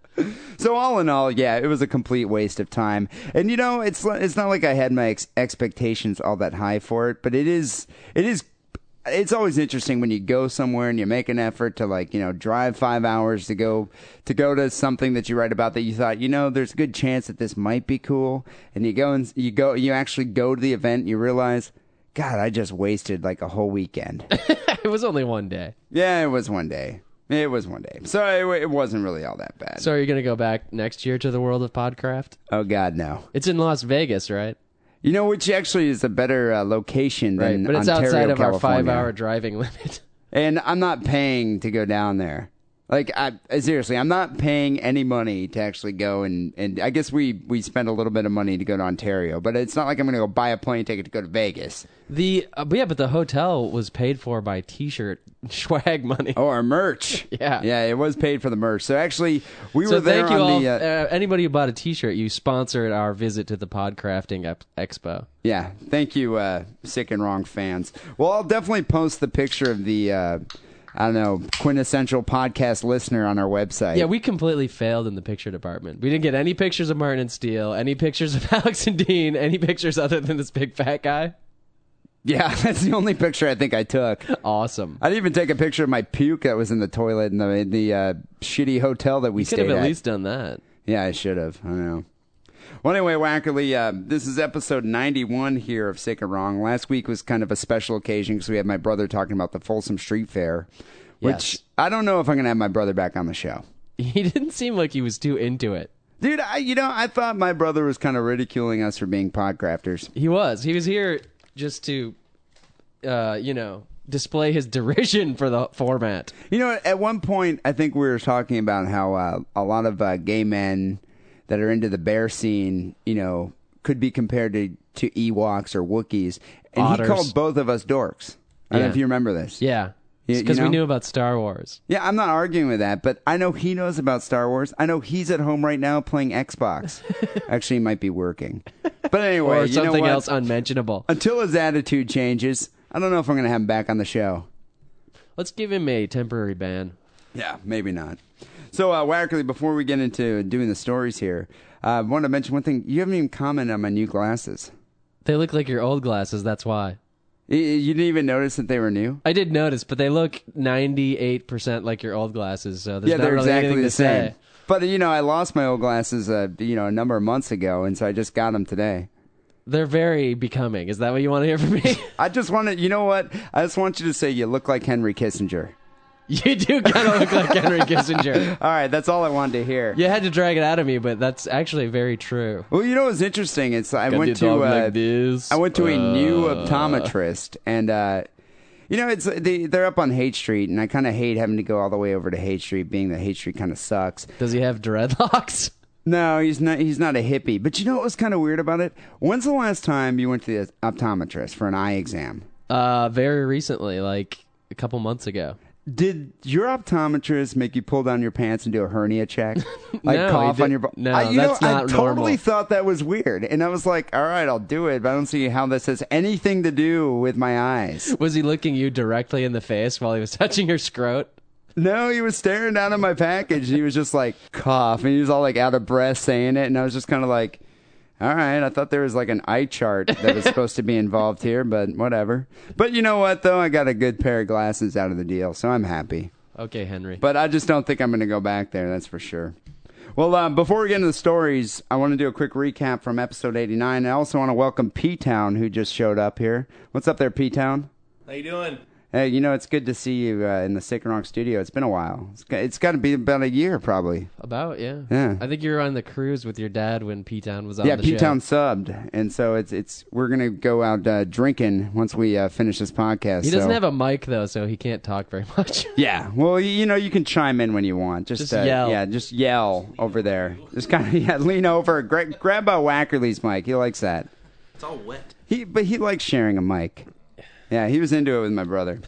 Speaker 2: So all in all, yeah, it was a complete waste of time. And you know, it's it's not like I had my ex- expectations all that high for it, but it is it is it's always interesting when you go somewhere and you make an effort to like you know drive five hours to go to go to something that you write about that you thought you know there's a good chance that this might be cool, and you go and you go you actually go to the event and you realize. God, I just wasted like a whole weekend.
Speaker 3: It was only one day.
Speaker 2: yeah, it was one day. It was one day. So it, it wasn't really all that bad.
Speaker 3: So are you going to go back next year to the world of podcraft?
Speaker 2: oh, God, no.
Speaker 3: It's in Las Vegas, right?
Speaker 2: You know, which actually is a better uh, location than
Speaker 3: But it's
Speaker 2: Ontario,
Speaker 3: outside of our
Speaker 2: California.
Speaker 3: five-hour driving limit.
Speaker 2: And I'm not paying to go down there. Like, I uh, seriously, I'm not paying any money to actually go and and I guess we we spend a little bit of money to go to Ontario, but it's not like I'm going to go buy a plane ticket to go to Vegas
Speaker 3: The uh, but yeah, but the hotel was paid for by T-shirt swag money.
Speaker 2: or Oh, merch.
Speaker 3: Yeah.
Speaker 2: yeah, it was paid for the merch. So actually, we
Speaker 3: so
Speaker 2: were there
Speaker 3: thank you
Speaker 2: on
Speaker 3: all.
Speaker 2: the uh,
Speaker 3: uh, anybody who bought a T-shirt, you sponsored our visit to the Podcrafting ep- Expo.
Speaker 2: Yeah, thank you, uh, sick and wrong fans. Well, I'll definitely post the picture of the uh, I don't know quintessential podcast listener on our website.
Speaker 3: Yeah, we completely failed in the picture department. We didn't get any pictures of Martin and Steele, any pictures of Alex and Dean, any pictures other than this big fat guy.
Speaker 2: yeah, that's the only picture I think I took.
Speaker 3: Awesome.
Speaker 2: I didn't even take a picture of my puke that was in the toilet in the in the uh, shitty hotel that we
Speaker 3: Could
Speaker 2: stayed
Speaker 3: have at
Speaker 2: at.
Speaker 3: least done that.
Speaker 2: Yeah, I should have. I know. Well, anyway, Wackerly, uh, this is episode 91 here of Sick and Wrong. Last week was kind of a special occasion because we had my brother talking about the Folsom Street Fair, which
Speaker 3: Yes.
Speaker 2: I don't know if I'm going to have my brother back on the show.
Speaker 3: He didn't seem like he was too into it.
Speaker 2: Dude, I, you know, I thought my brother was kind of ridiculing us for being podcrafters.
Speaker 3: He was. He was here just to, uh, you know, display his derision for the format.
Speaker 2: You know, at one point, I think we were talking about how uh, a lot of uh, gay men that are into the bear scene, you know, could be compared to, to Ewoks or Wookiees. And
Speaker 3: Otters.
Speaker 2: he called both of us dorks. I don't know
Speaker 3: Yeah.
Speaker 2: if you remember this.
Speaker 3: Yeah.
Speaker 2: Y-
Speaker 3: Because
Speaker 2: you
Speaker 3: we
Speaker 2: know?
Speaker 3: knew about Star Wars.
Speaker 2: Yeah, I'm not arguing with that, but I know he knows about Star Wars. I know he's at home right now playing Xbox. Actually, he might be working. But anyway,
Speaker 3: or
Speaker 2: you know
Speaker 3: something
Speaker 2: what?
Speaker 3: else unmentionable.
Speaker 2: Until his attitude changes, I don't know if I'm going to have him back on the show.
Speaker 3: Let's give him a temporary ban.
Speaker 2: Yeah, maybe not. So, uh, Wackerly, before we get into doing the stories here, uh, I want to mention one thing. You haven't even commented on my new glasses.
Speaker 3: They look like your old glasses. That's why.
Speaker 2: Y- You didn't even notice that they were new.
Speaker 3: I did notice, but they look 98% like your old glasses, so there's
Speaker 2: yeah,
Speaker 3: not
Speaker 2: they're
Speaker 3: really
Speaker 2: exactly
Speaker 3: anything
Speaker 2: the
Speaker 3: to say.
Speaker 2: same. But you know, I lost my old glasses, uh, you know, a number of months ago, and so I just got them today.
Speaker 3: They're very becoming. Is that what you want to hear from me?
Speaker 2: I just want to, you know what? I just want you to say you look like Henry Kissinger.
Speaker 3: you do kind of look like Henry Kissinger.
Speaker 2: All right, that's all I wanted to hear.
Speaker 3: You had to drag it out of me, but that's actually very true.
Speaker 2: Well, you know what's interesting? It's I went to uh, I went to a new
Speaker 3: Uh.
Speaker 2: uh, optometrist, and uh, you know it's they, they're up on Hate Street, and I kind of hate having to go all the way over to Hate Street, being that Hate Street kind of sucks.
Speaker 3: Does he have dreadlocks?
Speaker 2: No, he's not. He's not a hippie. But you know what was kind of weird about it? When's the last time you went to the optometrist for an eye exam?
Speaker 3: Uh, very recently, like a couple months ago.
Speaker 2: Did your optometrist make you pull down your pants and do a hernia check? Like
Speaker 3: No, he
Speaker 2: cough on
Speaker 3: did-
Speaker 2: your butt?
Speaker 3: no,
Speaker 2: I, you
Speaker 3: that's
Speaker 2: know, I
Speaker 3: not
Speaker 2: totally
Speaker 3: normal.
Speaker 2: thought that was weird. And I was like, all right, I'll do it, but I don't see how this has anything to do with my eyes.
Speaker 3: Was he looking you directly in the face while he was touching your scrot?
Speaker 2: No, he was staring down at my package and he was just like, cough. And he was all like out of breath saying it. And I was just kind of like, all right, I thought there was like an eye chart that was supposed to be involved here, but whatever. But you know what, though? I got a good pair of glasses out of the deal, so I'm happy.
Speaker 3: Okay, Henry.
Speaker 2: But I just don't think I'm going to go back there. That's for sure. Well, uh, before we get into the stories, I want to do a quick recap from episode 89. I also want to welcome P Town, who just showed up here. What's up there, P Town?
Speaker 4: How you doing?
Speaker 2: Hey, you know, it's good to see you uh, in the Sick and Rock studio. It's been a while. It's, got- it's got to be about a year, probably.
Speaker 3: About yeah.
Speaker 2: Yeah.
Speaker 3: I think you were on the cruise with your dad when P Town was on
Speaker 2: yeah,
Speaker 3: the
Speaker 2: P Town
Speaker 3: show.
Speaker 2: subbed. And so it's, it's we're going to go out uh, drinking once we uh, finish this podcast.
Speaker 3: He doesn't
Speaker 2: so-
Speaker 3: have a mic though, so he can't talk very much.
Speaker 2: Yeah. Well, you, you know, you can chime in when you want. Just,
Speaker 3: Just
Speaker 2: uh,
Speaker 3: yell.
Speaker 2: Yeah, just yell over there. Just kind of yeah, lean over. Gra- grab a Wackerly's mic. He likes that.
Speaker 4: It's all wet.
Speaker 2: He, but he likes sharing a mic. Yeah, he was into it with my brother.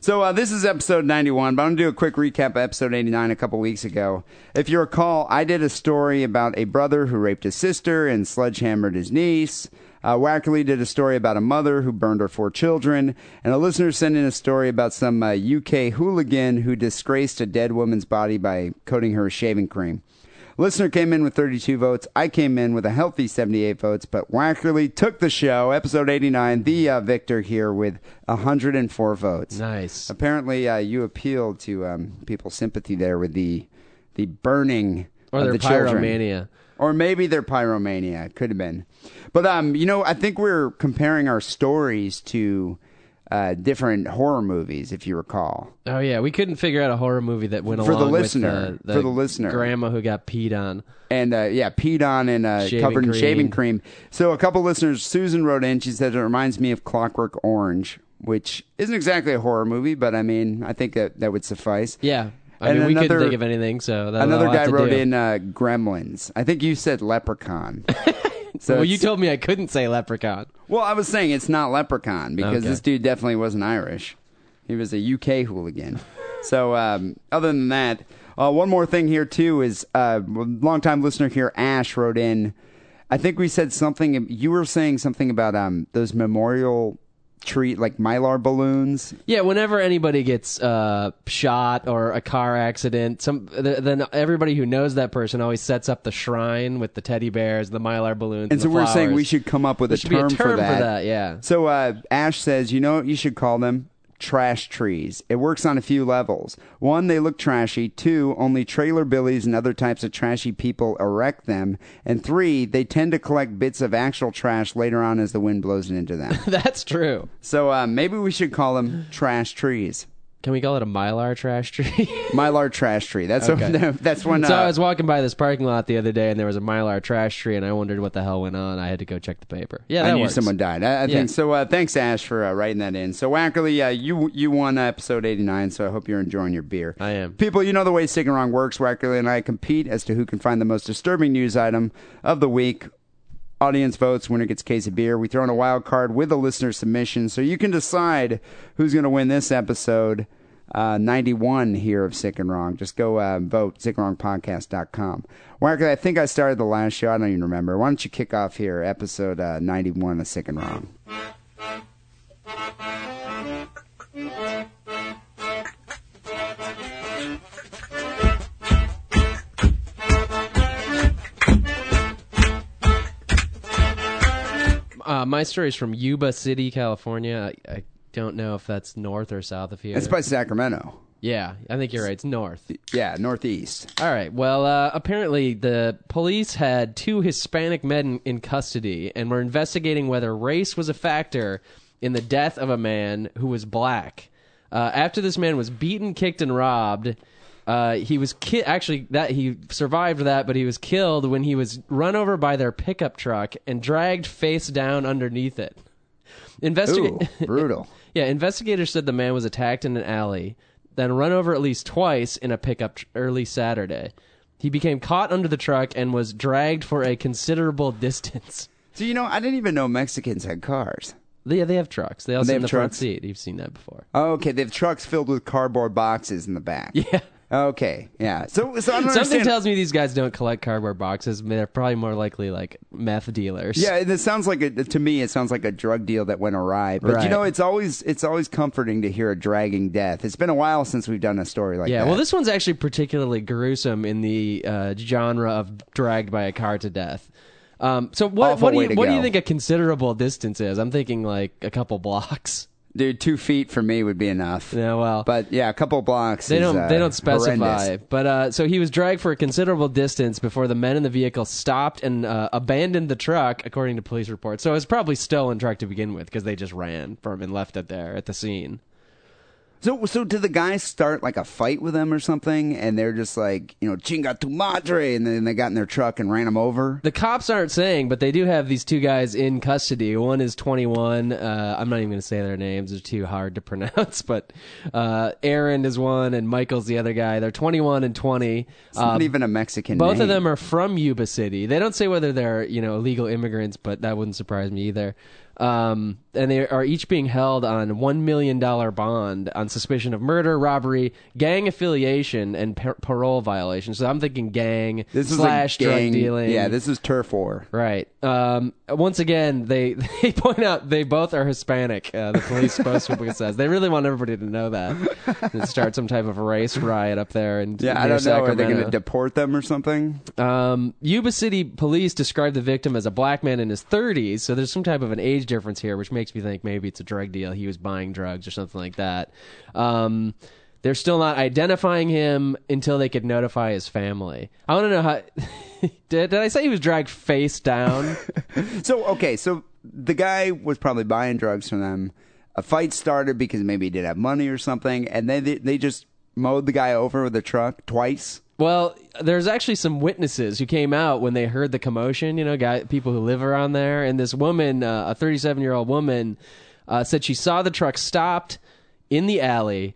Speaker 2: So uh, this is episode 91, but I'm going to do a quick recap of episode 89 a couple weeks ago. If you recall, I did a story about a brother who raped his sister and sledgehammered his niece. Uh, Wackerly did a story about a mother who burned her four children, and a listener sent in a story about some uh, UK hooligan who disgraced a dead woman's body by coating her with shaving cream. Listener came in with 32 votes. I came in with a healthy 78 votes, but Wackerly took the show, episode 89, the uh, victor here with 104 votes.
Speaker 3: nice.
Speaker 2: Apparently, uh, you appealed to um, people's sympathy there with the the burning
Speaker 3: Or
Speaker 2: of
Speaker 3: their
Speaker 2: uh, the children.
Speaker 3: pyromania.
Speaker 2: or maybe their pyromania. It could have been, but um, you know, I think we're comparing our stories to uh, different horror movies, if you recall.
Speaker 3: Oh yeah, we couldn't figure out a horror movie that went
Speaker 2: For the
Speaker 3: along
Speaker 2: listener.
Speaker 3: with uh, the,
Speaker 2: For the listener.
Speaker 3: grandma who got peed on.
Speaker 2: and uh, yeah, peed on and uh,
Speaker 3: Shaving
Speaker 2: covered in
Speaker 3: cream.
Speaker 2: shaving cream. So a couple listeners, Susan wrote in. She said it reminds me of Clockwork Orange, which isn't exactly a horror movie, but I mean, I think that that would suffice.
Speaker 3: Yeah, I
Speaker 2: And
Speaker 3: mean we couldn't
Speaker 2: another-
Speaker 3: think of anything, so that's
Speaker 2: Another
Speaker 3: all I have
Speaker 2: guy
Speaker 3: to
Speaker 2: wrote
Speaker 3: do.
Speaker 2: in uh, Gremlins. I think you said Leprechaun. so
Speaker 3: Well, you
Speaker 2: it's-
Speaker 3: told me I couldn't say leprechaun.
Speaker 2: well, I was saying it's not Leprechaun because
Speaker 3: Okay.
Speaker 2: this dude definitely wasn't Irish. He was a UK hooligan. so, um, other than that, uh, one more thing here, too, is uh, longtime listener here, Ash, wrote in. I think we said something, you were saying something about um, those memorial tree, like mylar balloons.
Speaker 3: Yeah, whenever anybody gets uh, shot or a car accident, some th- then everybody who knows that person always sets up the shrine with the teddy bears, the mylar balloons, and,
Speaker 2: And so
Speaker 3: the
Speaker 2: we're saying
Speaker 3: flowers.
Speaker 2: we should come up with
Speaker 3: There
Speaker 2: a
Speaker 3: should be a
Speaker 2: term,
Speaker 3: term for that, yeah.
Speaker 2: So uh, Ash says, you know what you should call them? Trash trees. It works on a few levels. One, they look trashy. Two, only trailer billies and other types of trashy people erect them. And three, they tend to collect bits of actual trash later on as the wind blows it into them.
Speaker 3: That's true.
Speaker 2: so uh, maybe we should call them trash trees.
Speaker 3: Can we call it a mylar trash tree?
Speaker 2: Mylar trash tree. That's what, that's when.
Speaker 3: so I
Speaker 2: uh,
Speaker 3: was walking by this parking lot the other day, and there was a mylar trash tree, and I wondered what the hell went on. I had to go check the paper. Yeah, that
Speaker 2: I knew
Speaker 3: works.
Speaker 2: someone died. I, I think so. Uh, thanks, Ash, for uh, writing that in. So, Wackerly, uh, you you won episode eighty nine. So I hope you're enjoying your beer.
Speaker 3: I am.
Speaker 2: People, you know the way Sick and Wrong works. Wackerly and I compete as to who can find the most disturbing news item of the week. Audience votes. Winner gets a case of beer. We throw in a wild card with a listener submission, so you can decide who's going to win this episode. Uh, 91 here of Sick and Wrong. Just go uh, vote, sickandwrongpodcast.com. Wackerly, I think I started the last show. I don't even remember. Why don't you kick off here, episode uh, 91 of Sick and Wrong?
Speaker 3: uh, my story's from Yuba City, California. I, I don't know if that's north or south of here.
Speaker 2: It's by Sacramento.
Speaker 3: yeah, I think you're right. It's north.
Speaker 2: Yeah, northeast.
Speaker 3: All right. Well, uh, apparently the police had two Hispanic men in custody and were investigating whether race was a factor in the death of a man who was black. Uh, after this man was beaten, kicked, and robbed, uh, he was ki- actually that he survived that, but he was killed when he was run over by their pickup truck and dragged face down underneath it.
Speaker 2: Ooh,
Speaker 3: Investigate.
Speaker 2: brutal.
Speaker 3: Yeah, investigators said the man was attacked in an alley, then run over at least twice in a pickup tr- early Saturday. He became caught under the truck and was dragged for a considerable distance.
Speaker 2: So you know, I didn't even know Mexicans had cars.
Speaker 3: They, they have trucks. They also
Speaker 2: They
Speaker 3: in
Speaker 2: have
Speaker 3: the front
Speaker 2: trucks?
Speaker 3: seat. You've seen that before.
Speaker 2: Oh, okay, they have trucks filled with cardboard boxes in the back.
Speaker 3: Yeah.
Speaker 2: Okay. Yeah. So, so I don't
Speaker 3: Something
Speaker 2: understand.
Speaker 3: tells me these guys don't collect cardboard boxes. They're probably more likely like meth dealers.
Speaker 2: yeah, this sounds like a, to me. It sounds like a drug deal that went awry. But you
Speaker 3: Right.
Speaker 2: know, it's always it's always comforting to hear a dragging death. It's been a while since we've done a story like
Speaker 3: Yeah,
Speaker 2: that.
Speaker 3: well, this one's actually particularly gruesome in the uh, genre of dragged by a car to death. Um, so what,
Speaker 2: Awful
Speaker 3: what, do
Speaker 2: way
Speaker 3: you,
Speaker 2: to
Speaker 3: what do you
Speaker 2: go.
Speaker 3: think a considerable distance is? I'm thinking like a couple blocks.
Speaker 2: dude, two feet for me would be enough.
Speaker 3: Yeah, well,
Speaker 2: But yeah, a couple blocks.
Speaker 3: they
Speaker 2: is,
Speaker 3: don't
Speaker 2: uh,
Speaker 3: they don't specify.
Speaker 2: horrendous.
Speaker 3: But uh, so he was dragged for a considerable distance before the men in the vehicle stopped and uh, abandoned the truck, according to police reports. So it was probably stolen truck to begin with because they just ran from and left it there at the scene.
Speaker 2: So, so did the guys start like a fight with them or something, and they're just like, you know, chinga tu madre, and then they got in their truck and ran them over?
Speaker 3: The cops aren't saying, but they do have these two guys in custody. One is 21. Uh, I'm not even going to say their names; they're too hard to pronounce. But uh, Aaron is one, and Michael's the other guy. They're 21 and 20.
Speaker 2: It's not even a Mexican.
Speaker 3: Um, Both
Speaker 2: name.
Speaker 3: of them are from Yuba City. They don't say whether they're you know illegal immigrants, but that wouldn't surprise me either. Um, and they are each being held on one million dollar bond on suspicion of murder, robbery, gang affiliation, and par- parole violation. So I'm thinking gang
Speaker 2: This is
Speaker 3: slash
Speaker 2: a gang,
Speaker 3: drug dealing.
Speaker 2: Yeah, this is turf war.
Speaker 3: Right. Um, once again, they, they point out they both are Hispanic. Uh, the police spokeswoman says they really want everybody to know that and start some type of race riot up there. And
Speaker 2: Yeah, I
Speaker 3: near
Speaker 2: don't know. Are they
Speaker 3: Sacramento.
Speaker 2: going to deport them or something?
Speaker 3: Um, Yuba City police described the victim as a black man in his 30s, so there's some type of an age difference here, which makes me think maybe it's a drug deal. He was buying drugs or something like that. Um, they're still not identifying him until they could notify his family. I want to know how. did, did I say he was dragged face down?
Speaker 2: So okay, so the guy was probably buying drugs from them. A fight started because maybe he did have money or something, and then they, they just mowed the guy over with a truck twice.
Speaker 3: Well, there's actually some witnesses who came out when they heard the commotion. You know, guy, people who live around there, and this woman, uh, a 37 year old woman, uh, said she saw the truck stopped in the alley,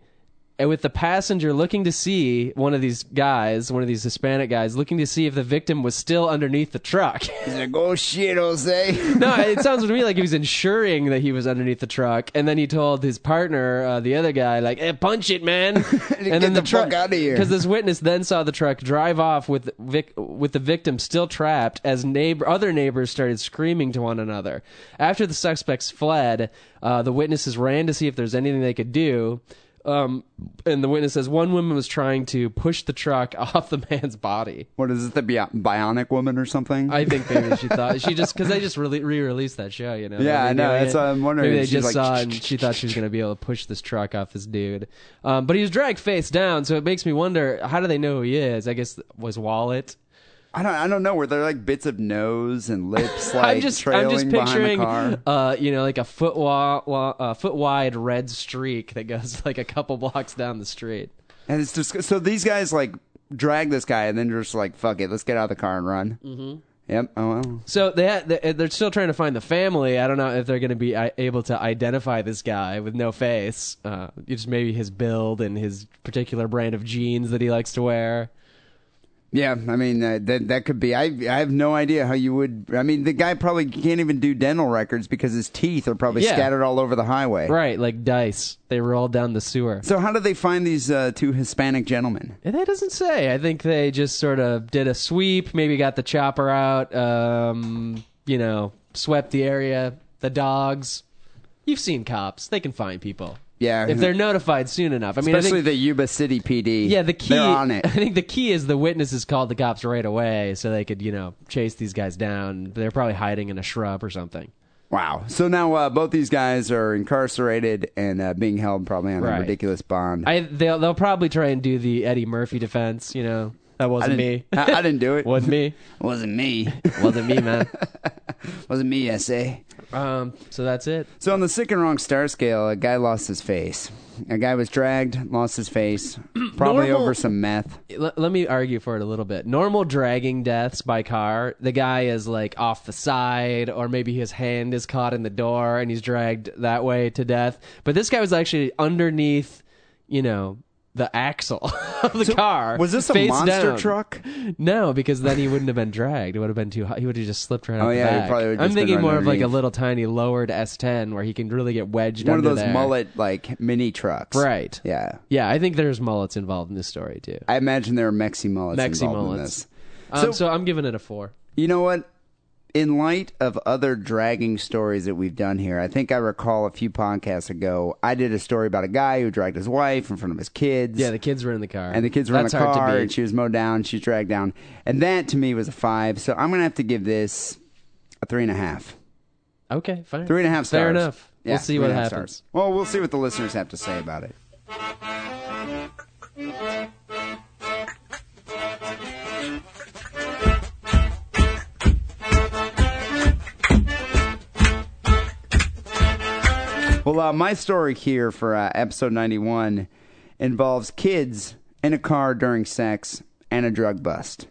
Speaker 3: and with the passenger looking to see one of these guys, one of these Hispanic guys, looking to see if the victim was still underneath the truck.
Speaker 2: He's like, "Oh shit, Jose."
Speaker 3: no, it sounds to me like he was ensuring that he was underneath the truck, and then he told his partner, uh, the other guy, like, eh, "Punch it, man!" and
Speaker 2: Get the fuck outta here.
Speaker 3: because this witness then saw the truck drive off with Vic- with the victim still trapped as neighbor other neighbors started screaming to one another. After the suspects fled, uh, the witnesses ran to see if there's anything they could do. Um, and the witness says one woman was trying to push the truck off the man's body.
Speaker 2: what is it, the Bi- Bionic Woman or something?
Speaker 3: I think maybe she thought she just because they just re released that show, you know.
Speaker 2: Yeah,
Speaker 3: They're
Speaker 2: I know.
Speaker 3: redoing
Speaker 2: That's
Speaker 3: it.
Speaker 2: what I'm wondering.
Speaker 3: Maybe they
Speaker 2: She's
Speaker 3: just
Speaker 2: like,
Speaker 3: saw it and she thought she was going to be able to push this truck off this dude. Um, but he was dragged face down, so it makes me wonder how do they know who he is? I guess was wallet.
Speaker 2: I don't. I don't know. Were there like bits of nose and lips like
Speaker 3: I'm just I'm
Speaker 2: trailing
Speaker 3: just
Speaker 2: behind
Speaker 3: picturing
Speaker 2: the car?
Speaker 3: uh you know like a foot wa- wa- uh, foot wide red streak that goes like a couple blocks down the street.
Speaker 2: And it's just so these guys like drag this guy and then they're just like, "Fuck it, let's get out of the car and run." Mm-hmm. Yep. Oh well.
Speaker 3: So they ha- they- they're still trying to find the family. I don't know if they're going to be i- able to identify this guy with no face. Uh, just maybe his build and his particular brand of jeans that he likes to wear.
Speaker 2: Yeah, I mean uh, that that could be. I I have no idea how you would. I mean, the guy probably can't even do dental records because his teeth are probably
Speaker 3: Yeah.
Speaker 2: scattered all over the highway.
Speaker 3: Right, like dice. They roll down the sewer.
Speaker 2: So how did they find these uh, two Hispanic gentlemen?
Speaker 3: And that doesn't say. I think they just sort of did a sweep, maybe got the chopper out, um, you know, swept the area, the dogs. You've seen cops. They can find people.
Speaker 2: Yeah.
Speaker 3: If they're notified soon enough. I mean, I think-
Speaker 2: Especially the Yuba City PD.
Speaker 3: Yeah, the key.
Speaker 2: They're on it.
Speaker 3: I think the key is the witnesses called the cops right away, so they could you know chase these guys down. They're probably hiding in a shrub or something.
Speaker 2: Wow. So now uh, both these guys are incarcerated and uh, being held probably on a
Speaker 3: Right.
Speaker 2: ridiculous bond.
Speaker 3: I they'll they'll probably try and do the Eddie Murphy defense. You know that
Speaker 2: I
Speaker 3: wasn't
Speaker 2: didn't,
Speaker 3: me.
Speaker 2: I, I didn't do it.
Speaker 3: wasn't me.
Speaker 2: Wasn't me.
Speaker 3: Wasn't me, man.
Speaker 2: Wasn't me, I say.
Speaker 3: Um. So that's it.
Speaker 2: So on the sick and wrong star scale, a guy lost his face. A guy was dragged, lost his face, probably
Speaker 3: Normal-
Speaker 2: over some meth.
Speaker 3: Let, let me argue for it a little bit. Normal dragging deaths by car, the guy is like off the side, or maybe his hand is caught in the door and he's dragged that way to death. But this guy was actually underneath, you know, the axle of the car.
Speaker 2: Was this a
Speaker 3: face
Speaker 2: monster
Speaker 3: down.
Speaker 2: truck?
Speaker 3: No, because then he wouldn't have been dragged. It would have been too hot. He would have just slipped right out
Speaker 2: Oh,
Speaker 3: the
Speaker 2: yeah, he
Speaker 3: back.
Speaker 2: probably would have
Speaker 3: I'm
Speaker 2: just been
Speaker 3: thinking
Speaker 2: right
Speaker 3: more of like a
Speaker 2: underneath.
Speaker 3: little tiny lowered S10 where he can really get wedged
Speaker 2: One of
Speaker 3: under
Speaker 2: those
Speaker 3: there.
Speaker 2: mullet like mini trucks.
Speaker 3: Right.
Speaker 2: Yeah.
Speaker 3: Yeah, I think there's mullets involved in this story too.
Speaker 2: I imagine there are Mexi mullets
Speaker 3: Mexi
Speaker 2: involved in
Speaker 3: mullets.
Speaker 2: this.
Speaker 3: Um, so I'm giving it a four.
Speaker 2: You know what? In light of other dragging stories that we've done here, I think I recall a few podcasts ago, I did a story about a guy who dragged his wife in front of his kids.
Speaker 3: Yeah, the kids were in the car,
Speaker 2: and the kids were in the
Speaker 3: That's hard to
Speaker 2: car,
Speaker 3: beat.
Speaker 2: and she was mowed down, she was dragged down. And that to me was a five. So I'm going to have to give this a three and a half.
Speaker 3: Okay, fine.
Speaker 2: Three and a half stars.
Speaker 3: Fair enough.
Speaker 2: Yeah,
Speaker 3: we'll see
Speaker 2: three
Speaker 3: what
Speaker 2: and a half
Speaker 3: happens.
Speaker 2: stars. Well, we'll see what the listeners have to say about it. Well, uh, my story here for uh, episode 91 involves kids in a car during sex and a drug bust.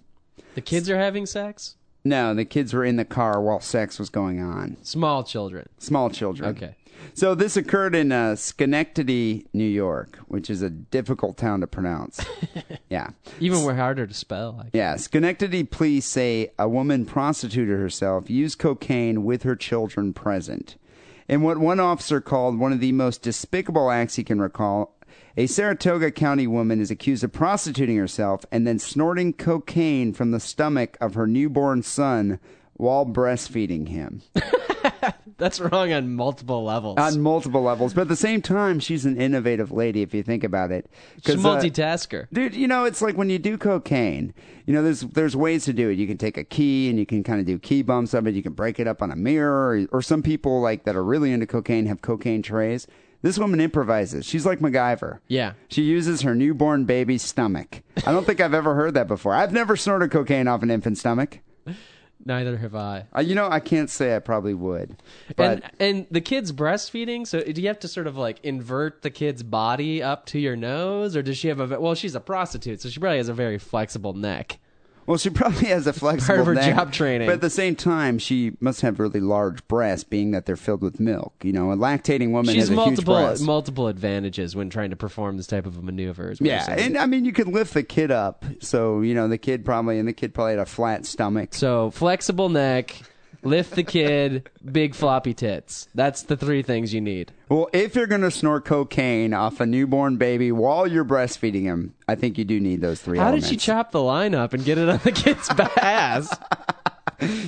Speaker 3: The kids are having sex.
Speaker 2: No, the kids were in the car while sex was going on.
Speaker 3: Small children.
Speaker 2: Small children.
Speaker 3: Okay.
Speaker 2: So this occurred in uh, Schenectady, New York, which is a difficult town to pronounce. yeah.
Speaker 3: Even were harder to spell. Like.
Speaker 2: Yeah. Schenectady police say a woman prostituted herself, used cocaine with her children present. In what one officer called one of the most despicable acts he can recall, a Saratoga County woman is accused of prostituting herself and then snorting cocaine from the stomach of her newborn son while breastfeeding him.
Speaker 3: That's wrong on multiple levels.
Speaker 2: on multiple levels. But at the same time, she's an innovative lady if you think about it. 'Cause,
Speaker 3: She's a
Speaker 2: uh,
Speaker 3: multitasker.
Speaker 2: Dude, you know, it's like when you do cocaine, you know, there's there's ways to do it. You can take a key and you can kind of do key bumps of it. You can break it up on a mirror, or, or some people like that are really into cocaine have cocaine trays. This woman improvises. She's like MacGyver.
Speaker 3: Yeah.
Speaker 2: She uses her newborn baby's stomach. I don't think I've ever heard that before. I've never snorted cocaine off an infant stomach.
Speaker 3: Neither have I.
Speaker 2: Uh, you know, I can't say I probably would. But
Speaker 3: and and the kid's breastfeeding. So do you have to sort of like invert the kid's body up to your nose, or does she have a? ve- Well, she's a prostitute, so she probably has a very flexible neck.
Speaker 2: Well, she probably has a flexible
Speaker 3: part of her
Speaker 2: neck,
Speaker 3: job training.
Speaker 2: but at the same time, she must have really large breasts, being that they're filled with milk. You know, a lactating woman has
Speaker 3: She's
Speaker 2: a huge
Speaker 3: multiple
Speaker 2: breast.
Speaker 3: multiple advantages when trying to perform this type of a maneuver. Is what you're
Speaker 2: yeah,
Speaker 3: saying.
Speaker 2: and I mean, you could lift the kid up, so you know the kid probably, and the kid probably had a flat stomach.
Speaker 3: So flexible neck, lift the kid, big floppy tits. That's the three things you need.
Speaker 2: Well, if you're gonna snort cocaine off a newborn baby while you're breastfeeding him, I think you do need those three.
Speaker 3: How did
Speaker 2: elements.
Speaker 3: she chop the line up and get it on the kid's ass?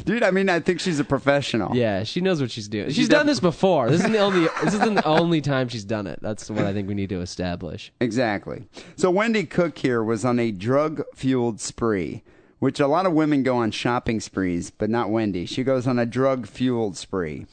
Speaker 2: Dude, I mean, I think she's a professional.
Speaker 3: Yeah, she knows what she's doing. She's done this before. This isn't the only. This isn't the only time she's done it. That's what I think we need to establish.
Speaker 2: Exactly. So Wendy Cook here was on a drug fueled spree, which a lot of women go on shopping sprees, but not Wendy. She goes on a drug fueled spree.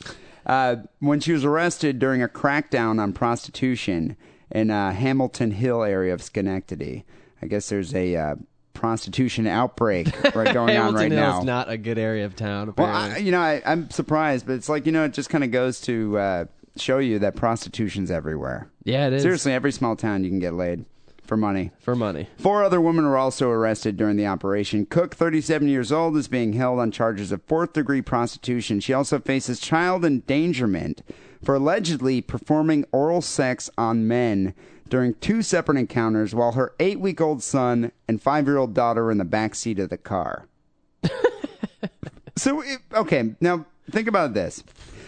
Speaker 2: Uh, when she was arrested during a crackdown on prostitution in uh, Hamilton Hill area of Schenectady, I guess there's a uh, prostitution outbreak right going on
Speaker 3: Hamilton
Speaker 2: right
Speaker 3: Hill
Speaker 2: now.
Speaker 3: is not a good area of town.
Speaker 2: Well,
Speaker 3: Apparently.
Speaker 2: I, you know, I, I'm surprised, but it's like you know, it just kind of goes to uh, show you that prostitution's everywhere.
Speaker 3: yeah, it is
Speaker 2: Seriously, every small town you can get laid for money.
Speaker 3: for money.
Speaker 2: Four other women were also arrested during the operation. Cook, 37 years old, is being held on charges of fourth degree prostitution. She also faces child endangerment for allegedly performing oral sex on men during two separate encounters while her eight week old son and five year old daughter were in the back seat of the car. so, it, okay, now think about this.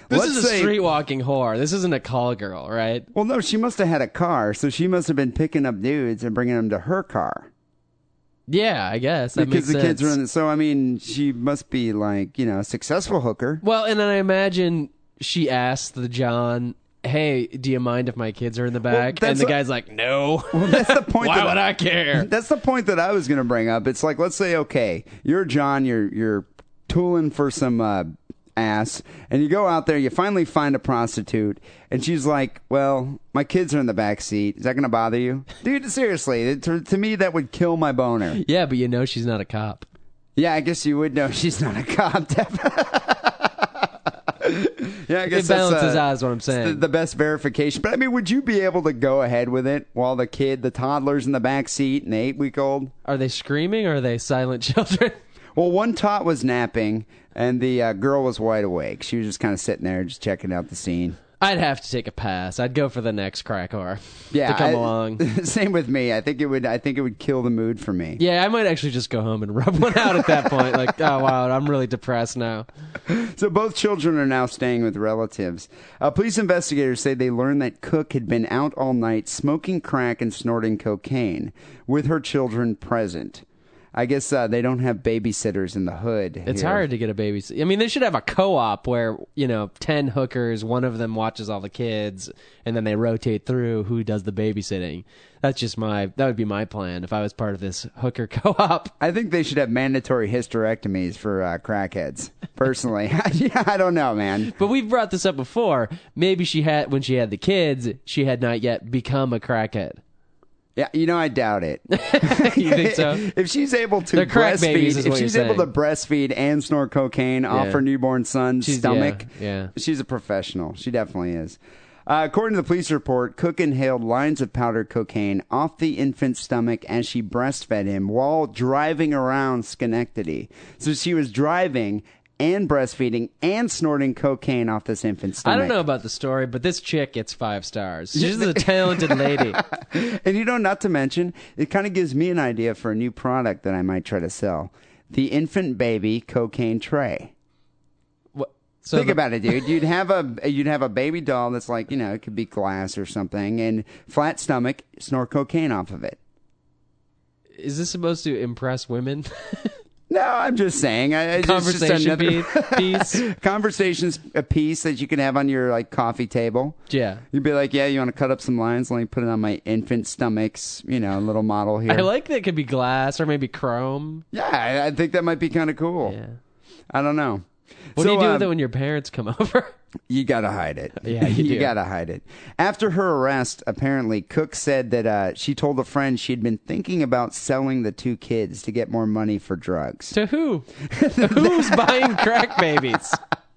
Speaker 3: This
Speaker 2: Let's
Speaker 3: is a
Speaker 2: say-
Speaker 3: street walking whore. This isn't a call girl, right?
Speaker 2: Well, no, she must have had a car, so she must have been picking up dudes and bringing them to her car.
Speaker 3: Yeah, I guess that
Speaker 2: because
Speaker 3: makes
Speaker 2: the
Speaker 3: sense.
Speaker 2: kids are in it. So I mean, she must be like you know a successful hooker.
Speaker 3: Well, and then I imagine she asked the John, "Hey, do you mind if my kids are in the back?"
Speaker 2: that's
Speaker 3: and the
Speaker 2: a-
Speaker 3: guy's like, "No."
Speaker 2: Well, that's the point.
Speaker 3: Why
Speaker 2: that
Speaker 3: would I care?
Speaker 2: That's the point that I was going to bring up. It's like let's say okay, you're John, you're you're tooling for some uh, ass. And you go out there, you finally find a prostitute, and she's like, "Well, my kids are in the back seat. Is that going to bother you, dude? Seriously, it- to, to me that would kill my boner.
Speaker 3: Yeah, but you know she's not a cop.
Speaker 2: Yeah, I guess you would know she's not a cop. yeah, I guess
Speaker 3: It balances
Speaker 2: that's, uh,
Speaker 3: out, is what I'm saying.
Speaker 2: the, the best verification. But I mean, would you be able to go ahead with it while the kid, the toddler's in the back seat, and the eight week old?
Speaker 3: Are they screaming or are they silent children?
Speaker 2: Well, one tot was napping, and the uh, girl was wide awake. She was just kind of sitting there, just checking out the scene.
Speaker 3: I'd have to take a pass. I'd go for the next crack whore.
Speaker 2: Yeah,
Speaker 3: to come
Speaker 2: I-
Speaker 3: along.
Speaker 2: Same with me. I think it would. I think it would kill the mood for me.
Speaker 3: Yeah, I might actually just go home and rub one out at that point. Like, oh wow, I'm really depressed now.
Speaker 2: So both children are now staying with relatives. Uh, police investigators say they learned that Cook had been out all night smoking crack and snorting cocaine with her children present. I guess uh, they don't have babysitters in the hood.
Speaker 3: It's
Speaker 2: here.
Speaker 3: hard to get a baby. I mean, they should have a co-op where you know ten hookers, one of them watches all the kids, and then they rotate through who does the babysitting. That's just my that would be my plan if I was part of this hooker co-op.
Speaker 2: I think they should have mandatory hysterectomies for uh, crackheads. Personally, yeah, I don't know, man.
Speaker 3: But we've brought this up before. Maybe she had when she had the kids, she had not yet become a crackhead.
Speaker 2: Yeah, you know, I doubt it.
Speaker 3: you think so?
Speaker 2: if she's able to
Speaker 3: They're crack babies
Speaker 2: breastfeed,
Speaker 3: is
Speaker 2: if
Speaker 3: what you're
Speaker 2: she's able to
Speaker 3: saying.
Speaker 2: breastfeed and snort cocaine off
Speaker 3: Yeah.
Speaker 2: her newborn son's
Speaker 3: She's-
Speaker 2: stomach,
Speaker 3: yeah, yeah.
Speaker 2: she's a professional. She definitely is. Uh, according to the police report, Cook inhaled lines of powdered cocaine off the infant's stomach as she breastfed him while driving around Schenectady. So she was driving and breastfeeding and snorting cocaine off this infant's
Speaker 3: I
Speaker 2: stomach.
Speaker 3: don't know about the story, but this chick gets five stars. She's a talented lady.
Speaker 2: and you know, not to mention, it kind of gives me an idea for a new product that I might try to sell: the infant baby cocaine tray.
Speaker 3: What- So
Speaker 2: Think
Speaker 3: the-
Speaker 2: about it, dude. You'd have a you'd have a baby doll that's like you know it could be glass or something, and flat stomach, snort cocaine off of it.
Speaker 3: Is this supposed to impress women?
Speaker 2: No, I'm just saying. I, it's just
Speaker 3: Conversation
Speaker 2: another-
Speaker 3: piece. piece?
Speaker 2: Conversations a piece that you can have on your like coffee table.
Speaker 3: Yeah.
Speaker 2: You'd be like, yeah, you want to cut up some lines? Let me put it on my infant stomach's, you know, little model here.
Speaker 3: I like that it could be glass or maybe chrome.
Speaker 2: yeah, I, I think that might be kind of cool.
Speaker 3: Yeah.
Speaker 2: I don't know.
Speaker 3: What do you do with
Speaker 2: um,
Speaker 3: it when your parents come over?
Speaker 2: You gotta hide it.
Speaker 3: Yeah, you do.
Speaker 2: gotta hide it. After her arrest, apparently Cook said that uh, she told a friend she had been thinking about selling the two kids to get more money for drugs.
Speaker 3: to who? Who's buying crack babies?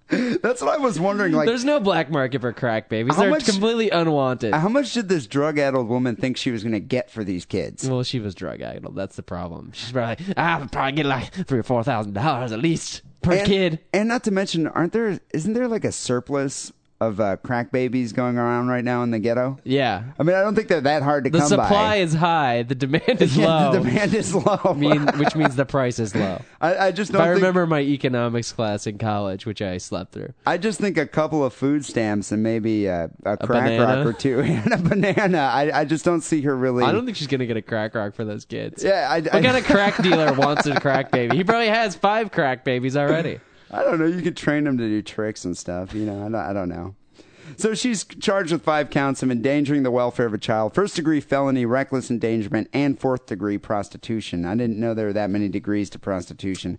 Speaker 2: That's what I was wondering. Like,
Speaker 3: There's no black market for crack babies.
Speaker 2: How
Speaker 3: They're
Speaker 2: much- Uh,
Speaker 3: completely unwanted.
Speaker 2: how much did this drug-addled woman think she was gonna get for these kids?
Speaker 3: well, she was drug idle. That's the problem. She's probably like, I would probably get like three or four thousand dollars at least per
Speaker 2: and,
Speaker 3: kid.
Speaker 2: and not to mention, aren't there? Isn't there like a surplus of uh, crack babies going around right now in the ghetto?
Speaker 3: Yeah.
Speaker 2: I mean, I don't think they're that hard to
Speaker 3: The
Speaker 2: come
Speaker 3: supply
Speaker 2: by.
Speaker 3: is high. The demand is
Speaker 2: Yeah,
Speaker 3: low.
Speaker 2: the demand is low. I
Speaker 3: mean, which means the price is low.
Speaker 2: I, just
Speaker 3: If
Speaker 2: don't
Speaker 3: I
Speaker 2: think-
Speaker 3: remember my economics class in college, which I slept through.
Speaker 2: I just think a couple of food stamps and maybe a, a crack
Speaker 3: banana?
Speaker 2: rock or two and a banana. I, I just don't see her really.
Speaker 3: I don't think she's gonna get a crack rock for those kids.
Speaker 2: Yeah, I-
Speaker 3: what
Speaker 2: I-
Speaker 3: kind of crack dealer wants a crack baby? He probably has five crack babies already.
Speaker 2: I don't know. You could train them to do tricks and stuff. You know, I don't, I don't know. So she's charged with five counts of endangering the welfare of a child, first degree felony, reckless endangerment, and fourth degree prostitution. I didn't know there were that many degrees to prostitution.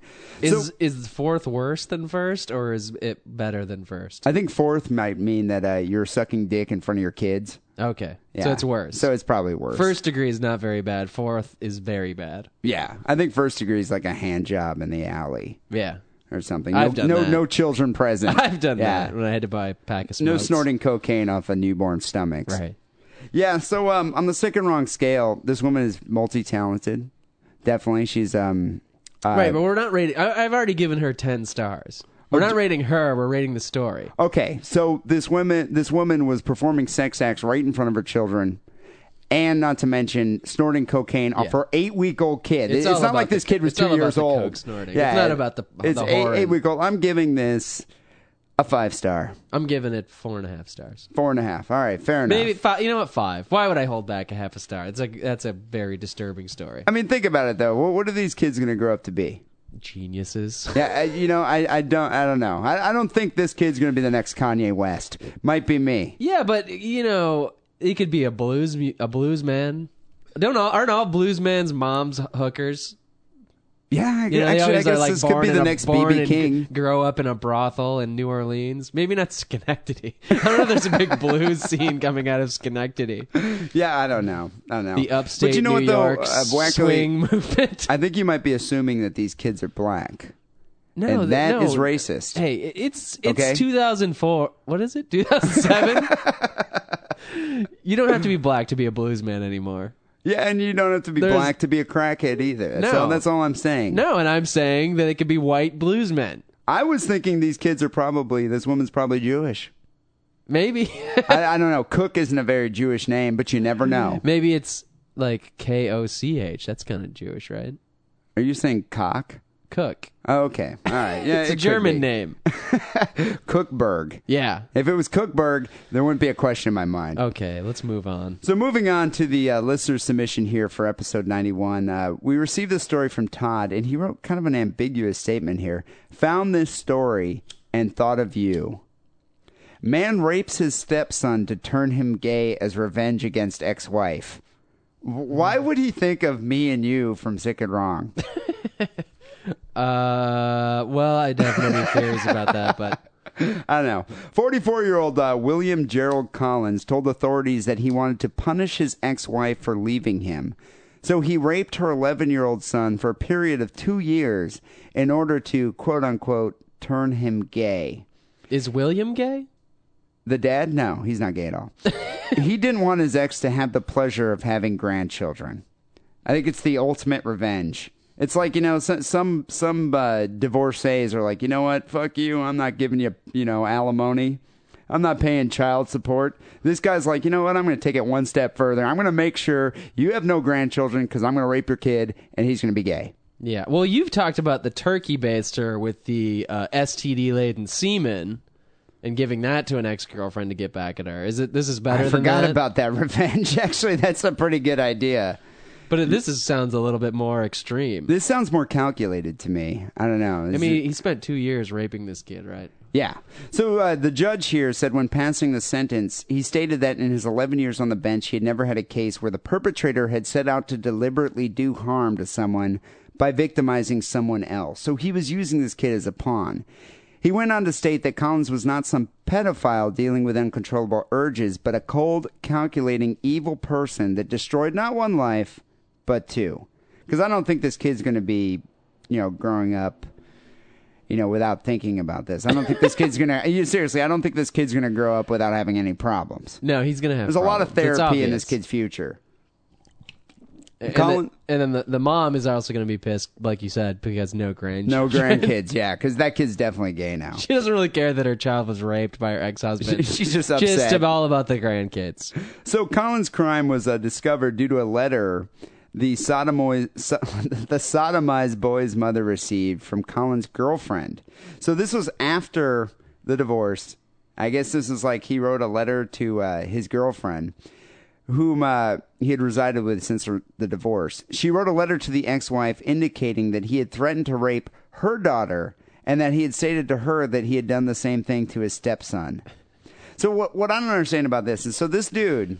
Speaker 3: Is
Speaker 2: so
Speaker 3: is fourth worse than first, or is it better than first?
Speaker 2: I think fourth might mean that uh, you're sucking dick in front of your kids.
Speaker 3: Okay, so
Speaker 2: Yeah.
Speaker 3: it's worse.
Speaker 2: So it's probably worse.
Speaker 3: first degree is not very bad. Fourth is very bad.
Speaker 2: yeah, I think first degree is like a hand job in the alley.
Speaker 3: Yeah,
Speaker 2: or something.
Speaker 3: I've
Speaker 2: no,
Speaker 3: done
Speaker 2: no,
Speaker 3: that.
Speaker 2: no children present.
Speaker 3: I've done
Speaker 2: Yeah.
Speaker 3: that when I had to buy a pack of
Speaker 2: No
Speaker 3: smokes.
Speaker 2: snorting cocaine off a newborn stomachs.
Speaker 3: Right.
Speaker 2: Yeah. So um, on the sick and wrong scale, this woman is multi-talented. Definitely, she's um. Uh,
Speaker 3: right, but we're not rating. I, I've already given her ten stars.
Speaker 2: Oh,
Speaker 3: We're not rating her. We're rating the story.
Speaker 2: Okay, so this woman, this woman was performing sex acts right in front of her children. And not to mention snorting cocaine off
Speaker 3: Yeah.
Speaker 2: her eight-week-old kid.
Speaker 3: It's
Speaker 2: It's,
Speaker 3: all
Speaker 2: not
Speaker 3: about
Speaker 2: like
Speaker 3: the-
Speaker 2: this kid was
Speaker 3: it's
Speaker 2: two
Speaker 3: all about
Speaker 2: years
Speaker 3: the
Speaker 2: old.
Speaker 3: coke snorting. It's not about the-
Speaker 2: It's
Speaker 3: the
Speaker 2: eight,
Speaker 3: whore and-
Speaker 2: eight-week-old. I'm giving this a five star,
Speaker 3: I'm giving it four and a half stars.
Speaker 2: four and a half. All right, fair enough.
Speaker 3: Maybe five. You know what? Five. Why would I hold back a half a star? It's like that's a very disturbing story.
Speaker 2: I mean, think about it though. What, what are these kids going to grow up to be?
Speaker 3: Geniuses.
Speaker 2: Yeah, I, you know, I, I don't, I don't know. I, I don't think this kid's going to be the next Kanye West. Might be me.
Speaker 3: Yeah, but you know, he could be a blues mu- a blues man. Don't all, aren't all blues men's moms hookers?
Speaker 2: Yeah, I
Speaker 3: You know, they
Speaker 2: actually, I
Speaker 3: always
Speaker 2: guess
Speaker 3: are like
Speaker 2: this
Speaker 3: born
Speaker 2: could be
Speaker 3: in
Speaker 2: the
Speaker 3: a-
Speaker 2: next
Speaker 3: born
Speaker 2: BB
Speaker 3: and
Speaker 2: King.
Speaker 3: grow up in a brothel in New Orleans. Maybe not Schenectady. I don't know. if There's a big blues scene coming out of Schenectady.
Speaker 2: Yeah, I don't know. I don't know.
Speaker 3: The upstate
Speaker 2: but you know
Speaker 3: New
Speaker 2: what, though?
Speaker 3: York
Speaker 2: Uh, Wacko-
Speaker 3: swing movement.
Speaker 2: I think you might be assuming that these kids are black.
Speaker 3: no,
Speaker 2: and
Speaker 3: th-
Speaker 2: that
Speaker 3: no.
Speaker 2: is racist.
Speaker 3: Hey, i- it's it's
Speaker 2: Okay.
Speaker 3: 2004. What is it? 2007. you don't have to be black to be a blues man anymore.
Speaker 2: Yeah, and you don't have to be
Speaker 3: There's-
Speaker 2: black to be a crackhead either.
Speaker 3: No.
Speaker 2: So that's all I'm saying.
Speaker 3: No, and I'm saying that it could be white blues men.
Speaker 2: I was thinking these kids are probably this woman's probably Jewish.
Speaker 3: Maybe
Speaker 2: I, I don't know. Cook isn't a very Jewish name, but you never know.
Speaker 3: maybe it's like K O C H. That's kind of Jewish, right?
Speaker 2: Are you saying cock?
Speaker 3: Cook.
Speaker 2: Oh, okay, all right. Yeah,
Speaker 3: It's
Speaker 2: it
Speaker 3: a
Speaker 2: could
Speaker 3: German
Speaker 2: be.
Speaker 3: name.
Speaker 2: Cookberg.
Speaker 3: Yeah.
Speaker 2: If it was Cookberg, there wouldn't be a question in my mind.
Speaker 3: Okay, let's move on.
Speaker 2: So moving on to the uh, listener submission here for episode 91, uh, we received this story from Todd, and he wrote kind of an ambiguous statement here. Found this story and thought of you. Man rapes his stepson to turn him gay as revenge against ex-wife. W- Why would he think of me and you from Sick and Wrong?
Speaker 3: Uh, well, I have many theories about that, but
Speaker 2: I don't know. 44 year old uh, William Gerald Collins told authorities that he wanted to punish his ex wife for leaving him. So he raped her 11 year old son for a period of two years in order to, quote unquote, turn him gay.
Speaker 3: is William gay?
Speaker 2: The dad? No, he's not gay at all. he didn't want his ex to have the pleasure of having grandchildren. I think it's the ultimate revenge. It's like you know some some, some uh, divorcees are like you know what fuck you I'm not giving you you know alimony I'm not paying child support. This guy's like you know what I'm going to take it one step further I'm going to make sure you have no grandchildren because I'm going to rape your kid and he's going to be gay.
Speaker 3: Yeah. Well, you've talked about the turkey baster with the uh, STD laden semen and giving that to an ex girlfriend to get back at her. Is it? This is better.
Speaker 2: I
Speaker 3: than
Speaker 2: forgot
Speaker 3: that?
Speaker 2: about that revenge. Actually, that's a pretty good idea.
Speaker 3: But it- this is, sounds a little bit more extreme.
Speaker 2: This sounds more calculated to me. I don't know.
Speaker 3: I mean, he spent two years raping this kid, right?
Speaker 2: Yeah. So uh, the judge here said when passing the sentence, he stated that in his 11 years on the bench, he had never had a case where the perpetrator had set out to deliberately do harm to someone by victimizing someone else. So he was using this kid as a pawn. He went on to state that Collins was not some pedophile dealing with uncontrollable urges, but a cold, calculating, evil person that destroyed not one life, but two. Because I don't think this kid's going to be, you know, growing up you know, without thinking about this. I don't think this kid's gonna. You, seriously, I don't think this kid's gonna grow up without having any problems.
Speaker 3: No, he's gonna have.
Speaker 2: There's a lot of
Speaker 3: problems. It's
Speaker 2: therapy in this
Speaker 3: obvious.
Speaker 2: kid's future.
Speaker 3: And,
Speaker 2: Colin-
Speaker 3: then, and then the, the mom is also gonna be pissed, like you said, because no grandchildren.
Speaker 2: No grandkids, yeah, because that kid's definitely gay now.
Speaker 3: She doesn't really care that her child was raped by her ex-husband.
Speaker 2: She's just
Speaker 3: Just
Speaker 2: upset.
Speaker 3: about all about the grandkids.
Speaker 2: So Collins' crime was uh, discovered due to a letter the sodomized, so, the sodomized boy's mother received from Collins' girlfriend. So this was after the divorce. I guess this is like he wrote a letter to uh, his girlfriend, whom uh, he had resided with since her- the divorce. She wrote a letter to the ex-wife indicating that he had threatened to rape her daughter and that he had stated to her that he had done the same thing to his stepson. So what what I don't understand about this is so this dude,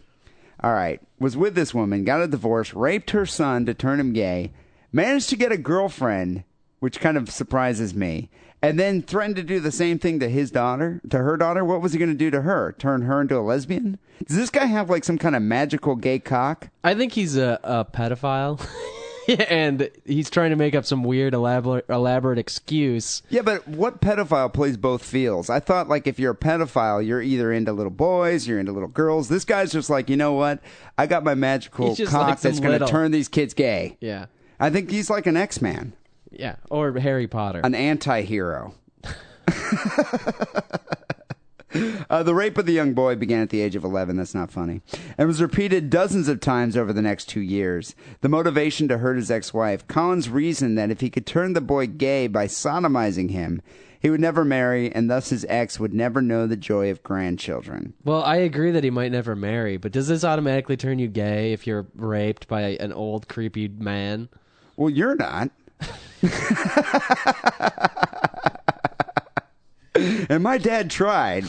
Speaker 2: all right, was with this woman, got a divorce, raped her son to turn him gay, managed to get a girlfriend, which kind of surprises me, and then threatened to do the same thing to his daughter, to her daughter. What was he going to do to her? Turn her into a lesbian? Does this guy have like some kind of magical gay cock?
Speaker 3: I think he's a, a pedophile, and he's trying to make up some weird elaborate elaborate excuse.
Speaker 2: Yeah, but what pedophile plays both fields? I thought like if you're a pedophile, you're either into little boys, you're into little girls. This guy's just like, you know what? I got my magical
Speaker 3: He's just
Speaker 2: cock
Speaker 3: like some
Speaker 2: that's going to
Speaker 3: little-
Speaker 2: turn these kids gay.
Speaker 3: Yeah,
Speaker 2: I think he's like an X Man,
Speaker 3: yeah, or Harry Potter.
Speaker 2: an anti hero. uh, the rape of the young boy began at the age of 11. That's not funny. And was repeated dozens of times over the next two years. The motivation to hurt his ex wife, Collins reasoned that if he could turn the boy gay by sodomizing him, he would never marry, and thus his ex would never know the joy of grandchildren.
Speaker 3: well, I agree that he might never marry, but does this automatically turn you gay if you're raped by an old creepy man?
Speaker 2: Well, you're not. and my dad tried.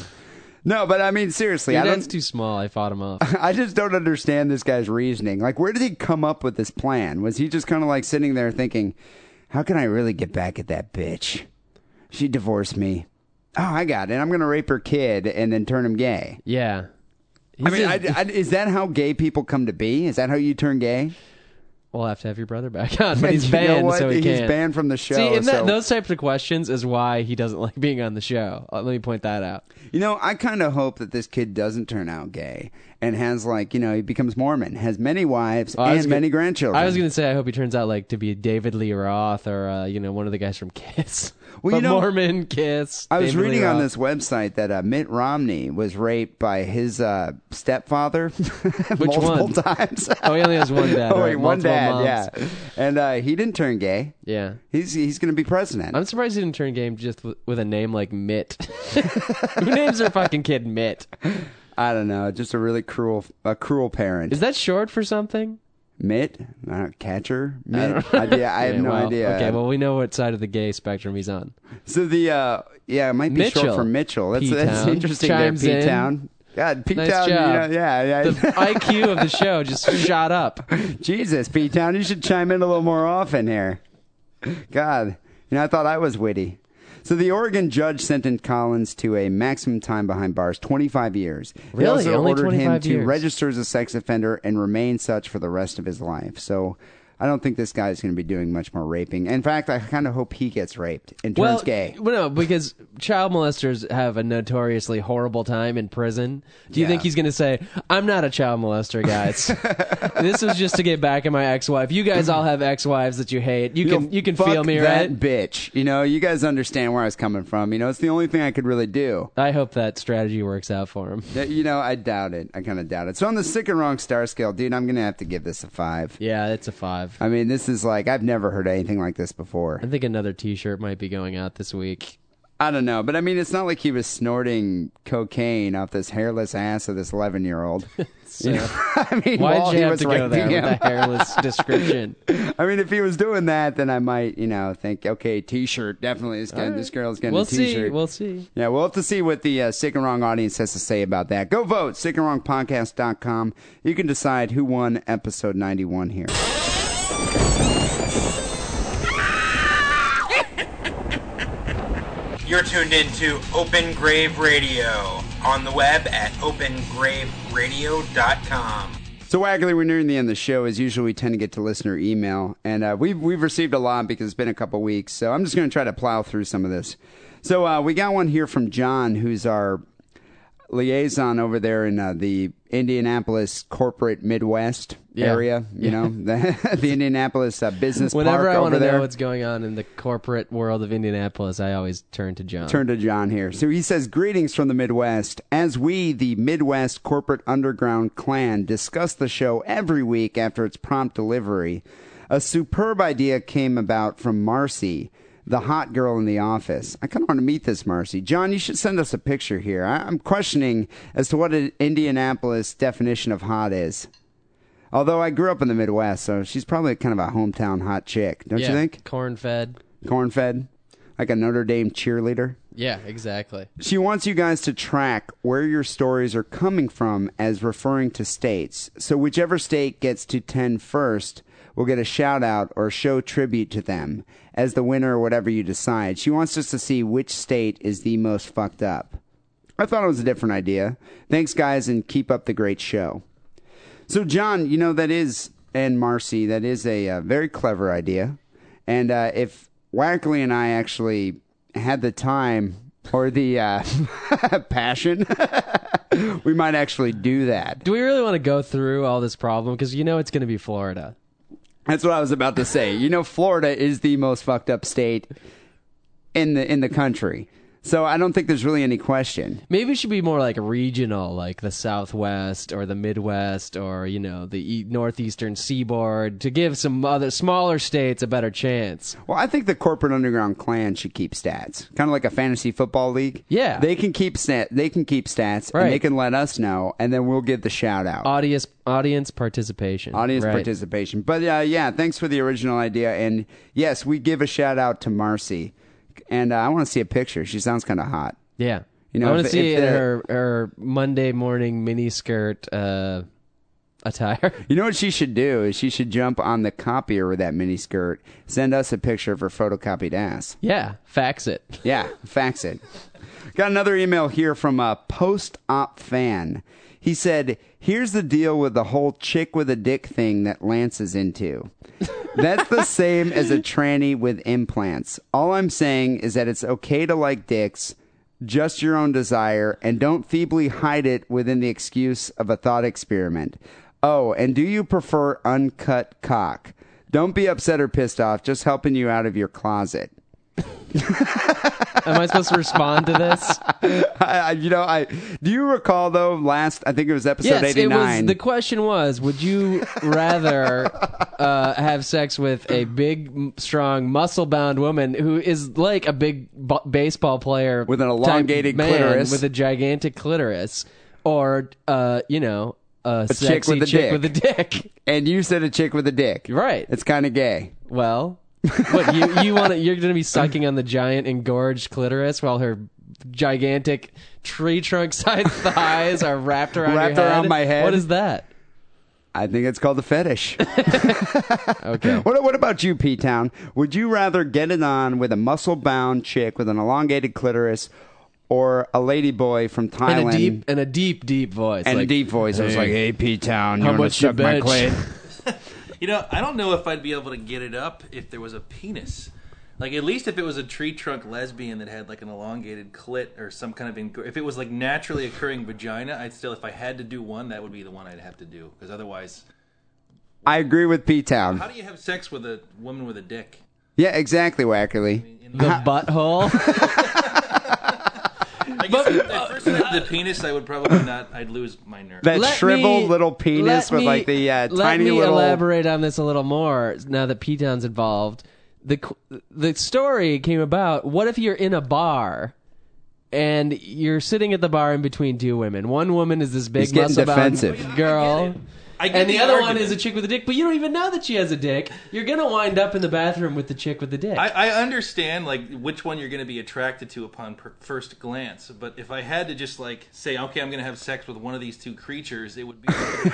Speaker 2: No, but I mean seriously,
Speaker 3: Your
Speaker 2: I
Speaker 3: dad's
Speaker 2: don't.
Speaker 3: too small. I fought him off.
Speaker 2: I just don't understand this guy's reasoning. Like, where did he come up with this plan? Was he just kind of like sitting there thinking, how can I really get back at that bitch? She divorced me. Oh, I got it. I'm going to rape her kid and then turn him gay.
Speaker 3: Yeah.
Speaker 2: I mean, I, I, is that how gay people come to be? Is that how you turn gay?
Speaker 3: we'll have to have your brother back on, but he's
Speaker 2: You know
Speaker 3: banned,
Speaker 2: what?
Speaker 3: so he
Speaker 2: He's
Speaker 3: can't.
Speaker 2: banned from the show,
Speaker 3: See, and that,
Speaker 2: so-
Speaker 3: those types of questions is why he doesn't like being on the show. Uh, Let me point that out.
Speaker 2: You know, I kind of hope that this kid doesn't turn out gay and has like, you know, he becomes Mormon, has many wives
Speaker 3: I
Speaker 2: and
Speaker 3: was gonna-
Speaker 2: many grandchildren.
Speaker 3: I was going to say, I hope he turns out like to be David Lee Roth or uh, you know one of the guys from Kiss,
Speaker 2: Well, you
Speaker 3: But
Speaker 2: know,
Speaker 3: Mormon Kiss.
Speaker 2: I was
Speaker 3: David Lee
Speaker 2: reading on
Speaker 3: Roth.
Speaker 2: this website that uh, Mitt Romney was raped by his uh, stepfather multiple
Speaker 3: one?
Speaker 2: times.
Speaker 3: Oh, he only has one dad.
Speaker 2: oh,
Speaker 3: right?
Speaker 2: wait, one
Speaker 3: Multiple
Speaker 2: dad,
Speaker 3: moms.
Speaker 2: yeah. And uh, he didn't turn gay.
Speaker 3: yeah.
Speaker 2: He's he's going to be president.
Speaker 3: I'm surprised he didn't turn game just with, with a name like Mitt. Who names their fucking kid Mitt?
Speaker 2: I don't know, just a really cruel a cruel parent.
Speaker 3: Is that short for something?
Speaker 2: Mitt, uh, catcher, Mitt. I, yeah, I have
Speaker 3: Yeah,
Speaker 2: no
Speaker 3: well,
Speaker 2: idea.
Speaker 3: Okay, well, we know what side of the gay spectrum he's on.
Speaker 2: So the uh, yeah, it might be
Speaker 3: Mitchell.
Speaker 2: short for Mitchell. That's that's
Speaker 3: P-Town.
Speaker 2: interesting
Speaker 3: Chimes
Speaker 2: there,
Speaker 3: in.
Speaker 2: P Town. God, P Town.
Speaker 3: Nice
Speaker 2: you
Speaker 3: job.
Speaker 2: know, yeah,
Speaker 3: The
Speaker 2: yeah.
Speaker 3: IQ of the show just shot up.
Speaker 2: Jesus, P Town, you should chime in a little more often here. God, you know, I thought I was witty. So the Oregon judge sentenced Collins to a maximum time behind bars, 25 years. He
Speaker 3: Really?
Speaker 2: also
Speaker 3: Only
Speaker 2: ordered him
Speaker 3: 25
Speaker 2: to
Speaker 3: years?
Speaker 2: register as a sex offender and remain such for the rest of his life. So I don't think this guy is going to be doing much more raping. In fact, I kind of hope he gets raped and turns
Speaker 3: well,
Speaker 2: gay.
Speaker 3: well, no, because child molesters have a notoriously horrible time in prison. Do you
Speaker 2: Yeah.
Speaker 3: think he's going to say, "I'm not a child molester, guys. this was just to get back at my ex-wife. You guys all have ex-wives that you hate. You
Speaker 2: Yo,
Speaker 3: can you can
Speaker 2: fuck
Speaker 3: feel me,
Speaker 2: that
Speaker 3: right?
Speaker 2: bitch. You know, you guys understand where I was coming from. You know, it's the only thing I could really do.
Speaker 3: I hope that strategy works out for him.
Speaker 2: That- You know, I doubt it. I kind of doubt it. So on the sick and wrong star scale, dude, I'm gonna have to give this a five.
Speaker 3: Yeah, it's a five.
Speaker 2: I mean, this is like I've never heard anything like this before.
Speaker 3: I think another T-shirt might be going out this week.
Speaker 2: I don't know, but I mean, it's not like he was snorting cocaine off this hairless ass of this 11 year old.
Speaker 3: So,
Speaker 2: I mean,
Speaker 3: why
Speaker 2: while
Speaker 3: did you
Speaker 2: he
Speaker 3: have
Speaker 2: was
Speaker 3: to go there
Speaker 2: raping
Speaker 3: with
Speaker 2: him.
Speaker 3: a hairless description?
Speaker 2: I mean, if he was doing that, then I might, you know, think, okay, t-shirt, definitely this, guy, this girl's getting
Speaker 3: We'll
Speaker 2: a t-shirt.
Speaker 3: see. We'll see.
Speaker 2: Yeah, we'll have to see what the uh, Sick and Wrong audience has to say about that. Go vote, sickandwrongpodcast.com. You can decide who won episode 91 here.
Speaker 5: You're tuned into Open Grave Radio on the web at opengraveradio.com.
Speaker 2: So, Waggly, we're nearing the end of the show. As usual, we tend to get to listener email, and uh, we've, we've received a lot because it's been a couple weeks. So, I'm just going to try to plow through some of this. So, uh, we got one here from John, who's our liaison over there in uh, the Indianapolis corporate Midwest
Speaker 3: Yeah.
Speaker 2: area, you know, the, the Indianapolis uh, business
Speaker 3: Whenever
Speaker 2: park
Speaker 3: I want
Speaker 2: over
Speaker 3: to
Speaker 2: there.
Speaker 3: know what's going on in the corporate world of Indianapolis, I always turn to John.
Speaker 2: Turn to John here. So he says, Greetings from the Midwest. As we, the Midwest corporate underground clan, discuss the show every week after its prompt delivery, a superb idea came about from Marcy, the hot girl in the office. I kind of want to meet this Marcy. John, you should send us a picture here. I- I'm questioning as to what an Indianapolis definition of hot is. Although I grew up in the Midwest, so she's probably kind of a hometown hot chick, don't
Speaker 3: yeah,
Speaker 2: you think?
Speaker 3: corn fed?
Speaker 2: Corn fed, like a Notre Dame cheerleader.
Speaker 3: Yeah, exactly.
Speaker 2: She wants you guys to track where your stories are coming from as referring to states. So whichever state gets to 10 first will get a shout out or show tribute to them as the winner or whatever you decide. She wants us to see which state is the most fucked up. I thought it was a different idea. Thanks guys and keep up the great show. So, John, you know that is, and Marcy, that is a uh, very clever idea. And uh, if Wackley and I actually had the time or the uh, passion, we might actually do that.
Speaker 3: Do we really want to go through all this problem? Because you know it's going to be Florida.
Speaker 2: That's what I was about to say. You know, Florida is the most fucked up state in the in the country. So I don't think there's really any question.
Speaker 3: Maybe it should be more like regional, like the Southwest or the Midwest or you know the e- northeastern seaboard, to give some other smaller states a better chance.
Speaker 2: Well, I think the corporate underground clan should keep stats, kind of like a fantasy football league.
Speaker 3: Yeah.
Speaker 2: they can keep stat. They can keep stats, and they
Speaker 3: Right.
Speaker 2: can let us know, and then we'll give the shout out.
Speaker 3: Audience, audience participation.
Speaker 2: Audience
Speaker 3: Right.
Speaker 2: participation. But uh, yeah, thanks for the original idea, and yes, we give a shout out to Marcy, and uh, I want to see a picture. She sounds kind of hot.
Speaker 3: Yeah.
Speaker 2: You know,
Speaker 3: I want
Speaker 2: if-
Speaker 3: to see
Speaker 2: if the-
Speaker 3: her her Monday morning mini skirt uh, attire.
Speaker 2: You know what she should do is she should jump on the copier with that miniskirt, send us a picture of her photocopied ass.
Speaker 3: Yeah, fax it.
Speaker 2: Yeah, fax it. Got another email here from a post op fan. He said, Here's the deal with the whole chick with a dick thing that Lance is into. That's the same as a tranny with implants. All I'm saying is that it's okay to like dicks, just your own desire, and don't feebly hide it within the excuse of a thought experiment. Oh, and do you prefer uncut cock? Don't be upset or pissed off, just helping you out of your closet.
Speaker 3: Am I supposed to respond to this?
Speaker 2: I, I, you know, I do you recall though last I think it was episode
Speaker 3: yes,
Speaker 2: eighty
Speaker 3: it was.
Speaker 2: nine.
Speaker 3: The question was, would you rather uh, have sex with a big, m- strong, muscle-bound woman who is like a big b- baseball player
Speaker 2: With an
Speaker 3: type
Speaker 2: elongated
Speaker 3: man
Speaker 2: clitoris.
Speaker 3: with a gigantic clitoris, or uh, you know, a, sexy
Speaker 2: chick with a dick.
Speaker 3: with a dick?
Speaker 2: and you said a chick with a dick,
Speaker 3: Right.
Speaker 2: It's kind of gay.
Speaker 3: Well, what you you want? to You're going to be sucking on the giant engorged clitoris while her gigantic tree trunk sized thighs are wrapped around your
Speaker 2: Wrapped around my head?
Speaker 3: What is that?
Speaker 2: I think it's called the fetish.
Speaker 3: Okay.
Speaker 2: what What about you, P Town? Would you rather get it on with a muscle bound chick with an elongated clitoris, or a lady boy from Thailand?
Speaker 3: And a deep and a deep deep voice.
Speaker 2: and a
Speaker 3: like,
Speaker 2: deep voice. I was like, "Hey, P Town, you
Speaker 3: How
Speaker 2: want
Speaker 3: much
Speaker 2: to
Speaker 3: you
Speaker 2: suck my
Speaker 3: bitch?"
Speaker 2: clit?"
Speaker 4: You know, I don't know if I'd be able to get it up if there was a penis. Like at least if it was a tree trunk lesbian that had like an elongated clit or some kind of eng- if it was like naturally occurring vagina, I'd still if I had to do one, that would be the one I'd have to do because otherwise,
Speaker 2: I agree with P Town.
Speaker 4: how do you have sex with a woman with a dick?
Speaker 2: Yeah, exactly, Wackerly.
Speaker 3: the butthole.
Speaker 4: I guess if at first I had the penis, I would probably not. I'd lose my nerve.
Speaker 2: That
Speaker 3: Let
Speaker 2: shriveled
Speaker 3: me-
Speaker 2: little penis
Speaker 3: let
Speaker 2: with
Speaker 3: me-
Speaker 2: like the uh,
Speaker 3: let
Speaker 2: tiny
Speaker 3: me
Speaker 2: little.
Speaker 3: elaborate on this a little more now that P Town's involved. The qu- the story came about. What if you're in a bar? And you're sitting at the bar in between two women. One woman is this big
Speaker 2: He's getting
Speaker 3: muscle
Speaker 2: defensive.
Speaker 3: girl,
Speaker 4: I get
Speaker 3: and the, other one
Speaker 4: argument.
Speaker 3: is a chick with a dick. But you don't even know that she has a dick. You're gonna wind up in the bathroom with the chick with the dick.
Speaker 4: I, I understand like which one you're going to be attracted to upon per- first glance, but if I had to just like say, okay, I'm going to have sex with one of these two creatures, it would be.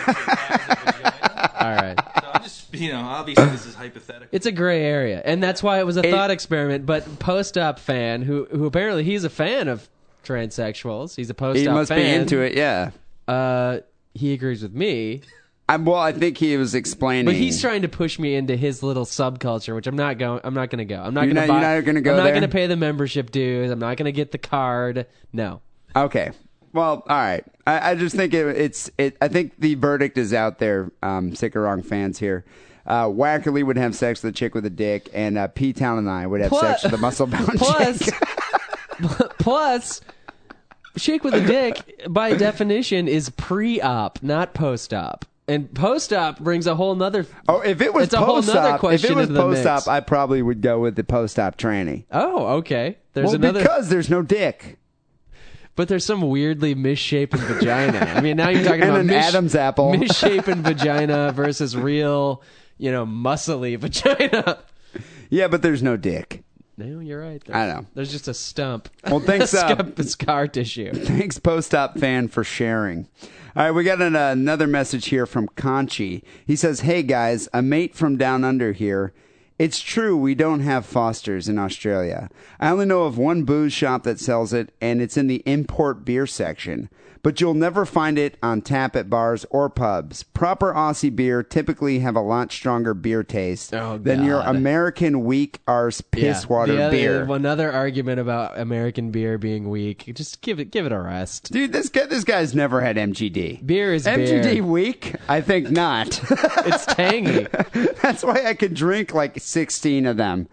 Speaker 4: so
Speaker 3: All right.
Speaker 4: I'm just, you know, obviously this is hypothetical.
Speaker 3: It's a gray area, and that's why it was a thought experiment. But post-op fan, who who apparently he's a fan of transsexuals, he's a post-op.
Speaker 2: He must be
Speaker 3: fan,
Speaker 2: into it, yeah.
Speaker 3: Uh, he agrees with me,
Speaker 2: i well, I think he was explaining.
Speaker 3: but he's trying to push me into his little subculture, which I'm not going. I'm not going to go. I'm not
Speaker 2: You're
Speaker 3: going to.
Speaker 2: not- you're not gonna go
Speaker 3: I'm not
Speaker 2: there?
Speaker 3: going to pay the membership dues. I'm not going to get the card. No.
Speaker 2: Okay. Well, all right. I, I just think it, it's. It, I think the verdict is out there. Um, sick or wrong fans here. Uh, Wackerly would have sex with a chick with a dick, and uh, P Town and I would have
Speaker 3: Plus-
Speaker 2: sex with a muscle bound
Speaker 3: Plus,
Speaker 2: chick.
Speaker 3: plus, chick with a dick by definition is pre-op, not post-op, and post-op brings a whole nother.
Speaker 2: Oh, if it was
Speaker 3: It's a whole
Speaker 2: post
Speaker 3: nother
Speaker 2: op, if
Speaker 3: question
Speaker 2: it was
Speaker 3: into the
Speaker 2: post op,
Speaker 3: mix.
Speaker 2: I probably would go with the post op tranny.
Speaker 3: Oh, okay. There's
Speaker 2: well,
Speaker 3: another.
Speaker 2: because there's no dick
Speaker 3: But there's some weirdly misshapen vagina. I mean, now you're talking
Speaker 2: And
Speaker 3: about
Speaker 2: an
Speaker 3: mish-
Speaker 2: Adam's apple.
Speaker 3: misshapen vagina versus real, you know, muscly vagina.
Speaker 2: Yeah, but there's no dick.
Speaker 3: No, you're right. There.
Speaker 2: I know.
Speaker 3: There's just a stump.
Speaker 2: Well, thanks,
Speaker 3: a
Speaker 2: uh,
Speaker 3: stump and scar tissue.
Speaker 2: Thanks, post op fan, for sharing. All right, we got an, uh, another message here from Conchi. He says, Hey guys, a mate from down under here. It's true, we don't have Foster's in Australia. I only know of one booze shop that sells it, and it's in the import beer section. But you'll never find it on tap at bars or pubs. Proper Aussie beer typically have a lot stronger beer taste
Speaker 3: Oh,
Speaker 2: than your
Speaker 3: God.
Speaker 2: American weak arse piss water
Speaker 3: The other-
Speaker 2: beer.
Speaker 3: Another argument about American beer being weak. Just give it, give it a rest.
Speaker 2: Dude, this guy, this guy's never had MGD.
Speaker 3: Beer is
Speaker 2: MGD
Speaker 3: beer.
Speaker 2: weak? I think not.
Speaker 3: It's tangy.
Speaker 2: That's why I could drink like sixteen of them.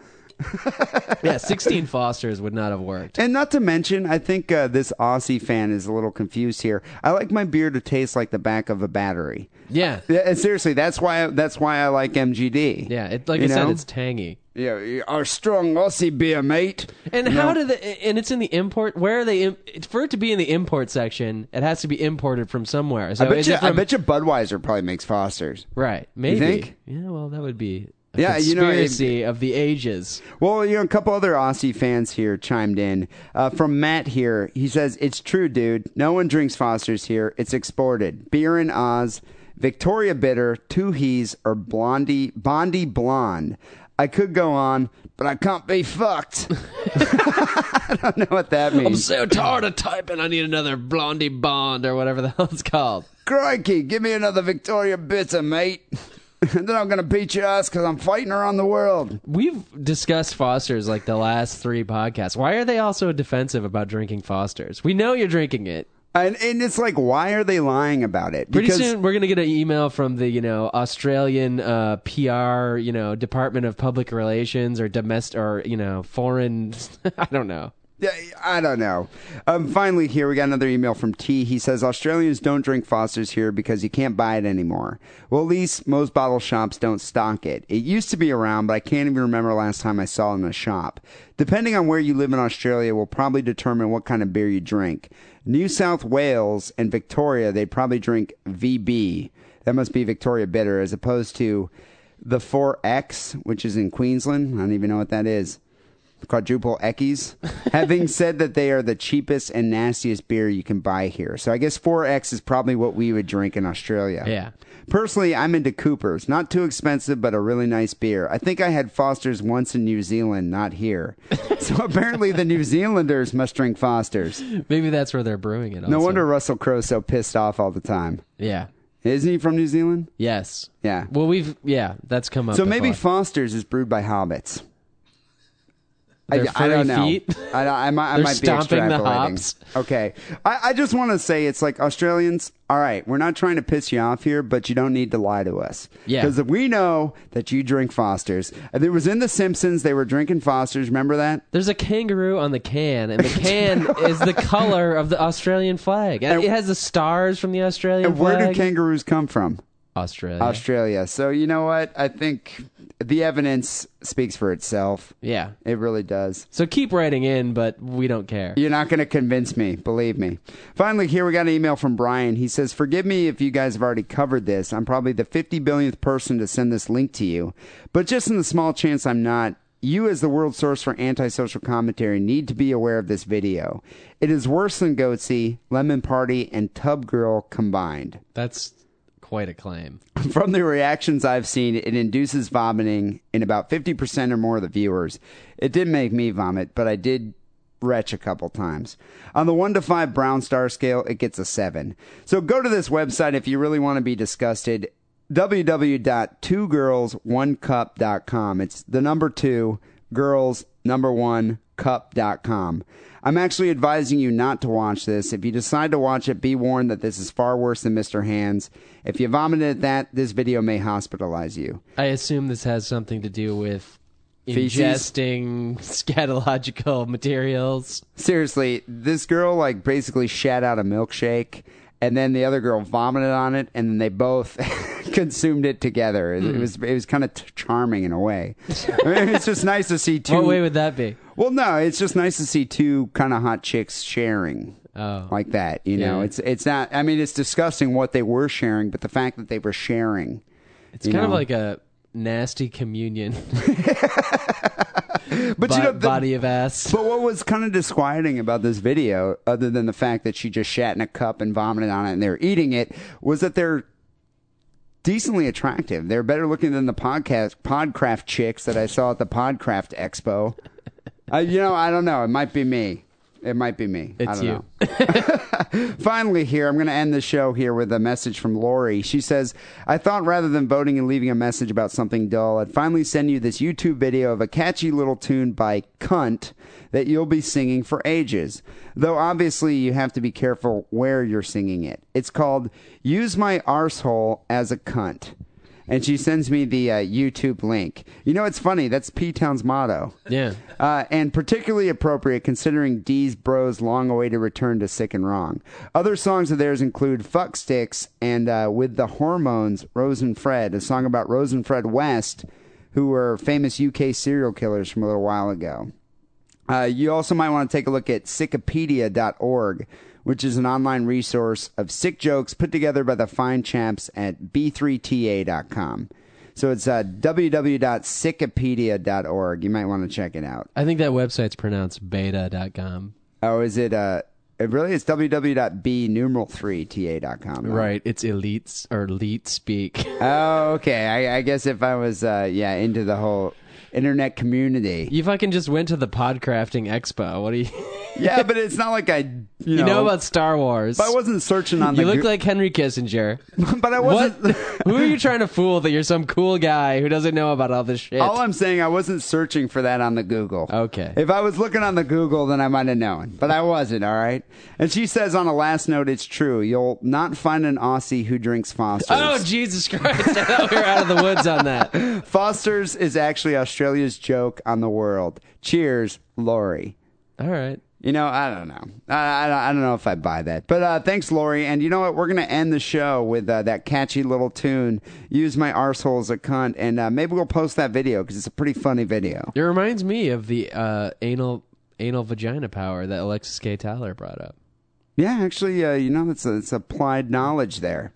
Speaker 3: yeah, 16 Fosters would not have worked.
Speaker 2: And not to mention, I think uh, this Aussie fan is a little confused here. I like my beer to taste like the back of a battery.
Speaker 3: Yeah.
Speaker 2: Yeah, and seriously, that's why that's why I like MGD.
Speaker 3: Yeah, it, like
Speaker 2: You
Speaker 3: I said,
Speaker 2: know?
Speaker 3: it's tangy.
Speaker 2: yeah, you- our strong Aussie beer, mate.
Speaker 3: And
Speaker 2: You
Speaker 3: how
Speaker 2: know?
Speaker 3: do the and it's in the import? Where are they? im- For it to be in the import section, it has to be imported from somewhere. So
Speaker 2: I bet
Speaker 3: is
Speaker 2: you?
Speaker 3: it from,
Speaker 2: I bet you Budweiser probably makes Fosters.
Speaker 3: Right? Maybe.
Speaker 2: think?
Speaker 3: Yeah. Well, that would be. A
Speaker 2: Yeah, you know, it-
Speaker 3: conspiracy of the ages.
Speaker 2: Well, you know, a couple other Aussie fans here chimed in. Uh, from Matt here, he says, It's true, dude. No one drinks Foster's here. It's exported. Beer in Oz. Victoria Bitter, Two He's, or Blondie Bondi Blonde. I could go on, but I can't be fucked. I don't know what that
Speaker 3: I'm
Speaker 2: means.
Speaker 3: so tired of typing. I need another Blondie Bond or whatever the hell it's called.
Speaker 2: Crikey, give me another Victoria Bitter, mate. and then I'm gonna beat your ass because I'm fighting around the world.
Speaker 3: We've discussed Fosters like the last three podcasts. Why are they all so defensive about drinking Fosters? We know you're drinking it.
Speaker 2: And, and it's like, why are they lying about it?
Speaker 3: Pretty soon we're gonna get an email from the you know Australian uh, PR you know Department of Public Relations or domestic or you know foreign I don't know.
Speaker 2: Yeah, I don't know. Um, finally, here we got another email from T. He says Australians don't drink Foster's here because you can't buy it anymore. Well, at least most bottle shops don't stock it. It used to be around, but I can't even remember last time I saw it in a shop. Depending on where you live in Australia, will probably determine what kind of beer you drink. New South Wales and Victoria, they probably drink VB. That must be Victoria Bitter, as opposed to the 4X, which is in Queensland. I don't even know what that is quadruple Eckies, having said that they are the cheapest and nastiest beer you can buy here. So I guess 4X is probably what we would drink in Australia.
Speaker 3: Yeah.
Speaker 2: Personally, I'm into Cooper's. Not too expensive, but a really nice beer. I think I had Foster's once in New Zealand, not here. so apparently the New Zealanders must drink Foster's.
Speaker 3: Maybe that's where they're brewing it.
Speaker 2: No
Speaker 3: also.
Speaker 2: wonder Russell Crowe's so pissed off all the time.
Speaker 3: Yeah.
Speaker 2: Isn't he from New Zealand?
Speaker 3: Yes.
Speaker 2: Yeah.
Speaker 3: Well, we've yeah that's come up.
Speaker 2: So maybe
Speaker 3: before.
Speaker 2: Foster's is brewed by hobbits.
Speaker 3: Their
Speaker 2: I don't
Speaker 3: furry
Speaker 2: know.
Speaker 3: feet?
Speaker 2: I, don't- I might, I
Speaker 3: They're
Speaker 2: might be
Speaker 3: stomping the
Speaker 2: extrapolating.
Speaker 3: hops?
Speaker 2: Okay. I, I just want to say it's like Australians, all right, we're not trying to piss you off here, but you don't need to lie to us.
Speaker 3: Yeah.
Speaker 2: Because we know that you drink Foster's. And It was in The Simpsons, they were drinking Foster's. Remember that?
Speaker 3: There's a kangaroo on the can, and the can is the color of the Australian flag. And
Speaker 2: And-
Speaker 3: it has the stars from the Australian
Speaker 2: And where do
Speaker 3: flag.
Speaker 2: kangaroos come from?
Speaker 3: Australia.
Speaker 2: Australia. So you know what? I think the evidence speaks for itself.
Speaker 3: yeah.
Speaker 2: It really does.
Speaker 3: So keep writing in, but we don't care.
Speaker 2: You're not going to convince me, believe me. Finally, here we got an email from Brian. He says, Forgive me if you guys have already covered this. I'm probably the 50 billionth person to send this link to you, but just in the small chance I'm not, you as the world source for antisocial commentary need to be aware of this video. It is worse than Goatsy, Lemon Party, and Tub Girl combined.
Speaker 3: That's quite a claim.
Speaker 2: From the reactions I've seen, it induces vomiting in about 50% or more of the viewers. It did make me vomit, but I did retch a couple times. On the 1 to 5 brown star scale, it gets a 7. So go to this website if you really want to be disgusted www.twogirls1cup.com. It's the number 2 girls number 1 cup.com. I'm actually advising you not to watch this. If you decide to watch it, be warned that this is far worse than Mr. Hands. If you vomited at that, this video may hospitalize you.
Speaker 3: I assume this has something to do with
Speaker 2: Feces?
Speaker 3: ingesting scatological materials.
Speaker 2: Seriously, this girl like basically shat out a milkshake and then the other girl vomited on it and then they both consumed it together.
Speaker 3: Hmm.
Speaker 2: It, it was it was kind of t- charming in a way. I mean, it's just nice to see two
Speaker 3: What way would that be?
Speaker 2: Well, no, it's just nice to see two kind of hot chicks sharing
Speaker 3: Oh.
Speaker 2: like that. You know,
Speaker 3: Yeah.
Speaker 2: it's it's not. I mean, it's disgusting what they were sharing, but the fact that they were sharing.
Speaker 3: It's kind of
Speaker 2: know.
Speaker 3: like a nasty communion
Speaker 2: But
Speaker 3: bo-
Speaker 2: you know, the-
Speaker 3: body of ass.
Speaker 2: But what was kind of disquieting about this video, other than the fact that she just shat in a cup and vomited on it and they're eating it, was that they're decently attractive. They're better looking than the podcast Podcraft chicks that I saw at the Podcraft Expo. I, you know, I don't know. It might be me. It might be me. I
Speaker 3: It's
Speaker 2: don't
Speaker 3: you.
Speaker 2: know. Finally, here, I'm going to end the show here with a message from Lori. She says, I thought rather than voting and leaving a message about something dull, I'd finally send you this YouTube video of a catchy little tune by Cunt that you'll be singing for ages. Though obviously you have to be careful where you're singing it. It's called Use My Arsehole as a Cunt. And she sends me the uh, YouTube link. You know, it's funny. That's P Town's motto.
Speaker 3: Yeah.
Speaker 2: Uh, and particularly appropriate considering D's Bros' long awaited return to Sick and Wrong. Other songs of theirs include Fuck Sticks and uh, With the Hormones, Rose and Fred, a song about Rose and Fred West, who were famous UK serial killers from a little while ago. Uh, you also might want to take a look at sickopedia.org, which is an online resource of sick jokes put together by the fine chaps at b3ta.com. So it's uh, www.sickopedia.org. You might want to check it out.
Speaker 3: I think that website's pronounced beta.com.
Speaker 2: Oh, is it? Uh, It really is www.bnumeral3ta.com. huh?
Speaker 3: Right. It's elites or elite speak.
Speaker 2: Oh, okay. I, I guess if I was, uh, yeah, into the whole internet community.
Speaker 3: You fucking just went to the podcrafting expo. What do you?
Speaker 2: Yeah, but it's not like I, you,
Speaker 3: You know, about Star Wars.
Speaker 2: But I wasn't searching on the.
Speaker 3: you look
Speaker 2: Goo-
Speaker 3: like Henry Kissinger.
Speaker 2: But I
Speaker 3: What?
Speaker 2: wasn't.
Speaker 3: who are you trying to fool that you're some cool guy who doesn't know about all this shit?
Speaker 2: All I'm saying, I wasn't searching for that on the Google.
Speaker 3: Okay.
Speaker 2: If I was looking on the Google, then I might have known, but I wasn't. All right. And she says on a last note, it's true. You'll not find an Aussie who drinks Foster's.
Speaker 3: oh Jesus Christ! I thought we were out of the woods on that.
Speaker 2: Foster's is actually Australia's joke on the world. Cheers, Lori.
Speaker 3: All right.
Speaker 2: You know, I don't know. I, I, I don't know if I buy that. But uh, thanks, Lori. And you know what? We're going to end the show with uh, that catchy little tune, Use My Arsehole as a Cunt. And uh, maybe we'll post that video because it's a pretty funny video.
Speaker 3: It reminds me of the uh, anal anal vagina power that Alexis K. Tyler brought up.
Speaker 2: Yeah, actually, uh, you know, it's, it's applied knowledge there.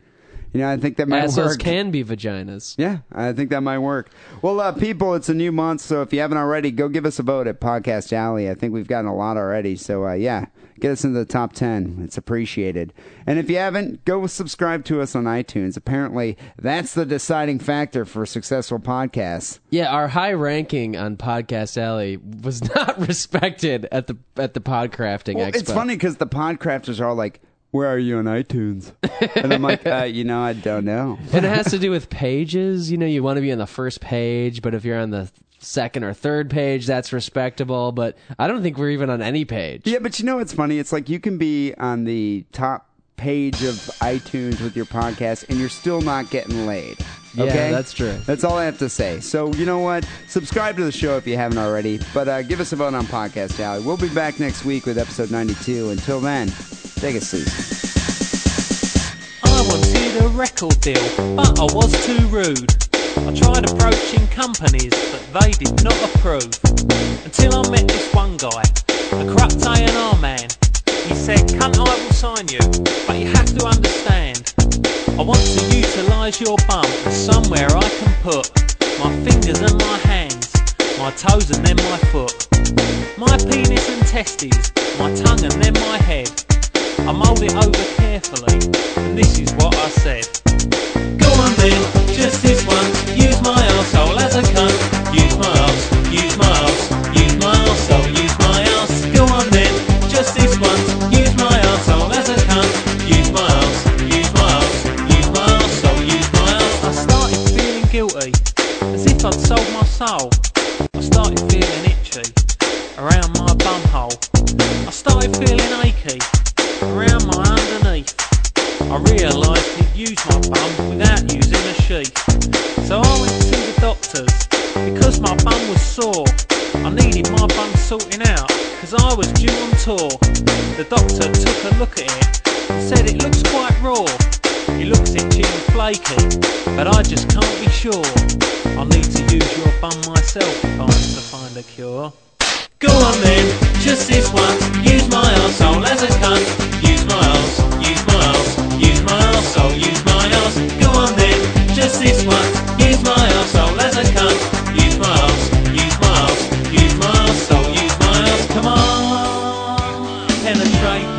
Speaker 2: You know, I think that might
Speaker 3: Assholes
Speaker 2: work.
Speaker 3: can be vaginas.
Speaker 2: Yeah, I think that might work. Well, uh, people, it's a new month, so if you haven't already, go give us a vote at Podcast Alley. I think we've gotten a lot already, so uh, yeah, get us into the top 10. It's appreciated. And if you haven't, go subscribe to us on iTunes. Apparently, that's the deciding factor for successful podcasts.
Speaker 3: Yeah, our high ranking on Podcast Alley was not respected at the at the podcrafting
Speaker 2: Well,
Speaker 3: expo.
Speaker 2: it's funny because the podcrafters are all like, Where are you on iTunes? and I'm like, uh, You know, I don't know.
Speaker 3: and it has to do with pages. You know, you want to be on the first page, but if you're on the second or third page, that's respectable. But I don't think we're even on any page.
Speaker 2: Yeah, but you know what's funny? It's like you can be on the top page of iTunes with your podcast and you're still not getting laid.
Speaker 3: Yeah,
Speaker 2: Okay?
Speaker 3: that's true.
Speaker 2: That's all I have to say. So, you know what? Subscribe to the show if you haven't already, but uh, give us a vote on Podcast Alley. We'll be back next week with episode 92. Until then, take a seat.
Speaker 6: I wanted a record deal, but I was too rude. I tried approaching companies, but they did not approve. Until I met this one guy, a corrupt A&R man. He said, "Cunt, I will sign you, but you have to understand, I want to utilise your bum somewhere I can put my fingers and my hands, my toes and then my foot, my penis and testes, my tongue and then my head." I mulled it over carefully, and this is what I said. Go on then, just this once, use my arsehole as a cunt. Use my arse, use my arse, use my arsehole, use my arse. Go on then, just this once, use my arsehole as a cunt. Use my arse, use my arse, use my arsehole, use my arse. I started feeling guilty, as if I'd sold my soul. I started feeling itchy, around my bumhole. I started feeling achy, around my underneath. I realised he'd used my bum without using a sheet. So I went to the doctors because my bum was sore. I needed my bum sorting out because I was due on tour. The doctor took a look at it and said it looks quite raw. It looks itchy and flaky, but I just can't be sure. I need to use your bum myself if I'm to find a cure. Go on then, just this once. Use my arsehole as a cunt. Use my arse, use my arse, use my arsehole, use my arse. Go on then, just this once. Use my arsehole as a cunt. Use my arse, use my arse, use my arsehole, use my arse. Come on, penetrate oh, oh, oh, oh,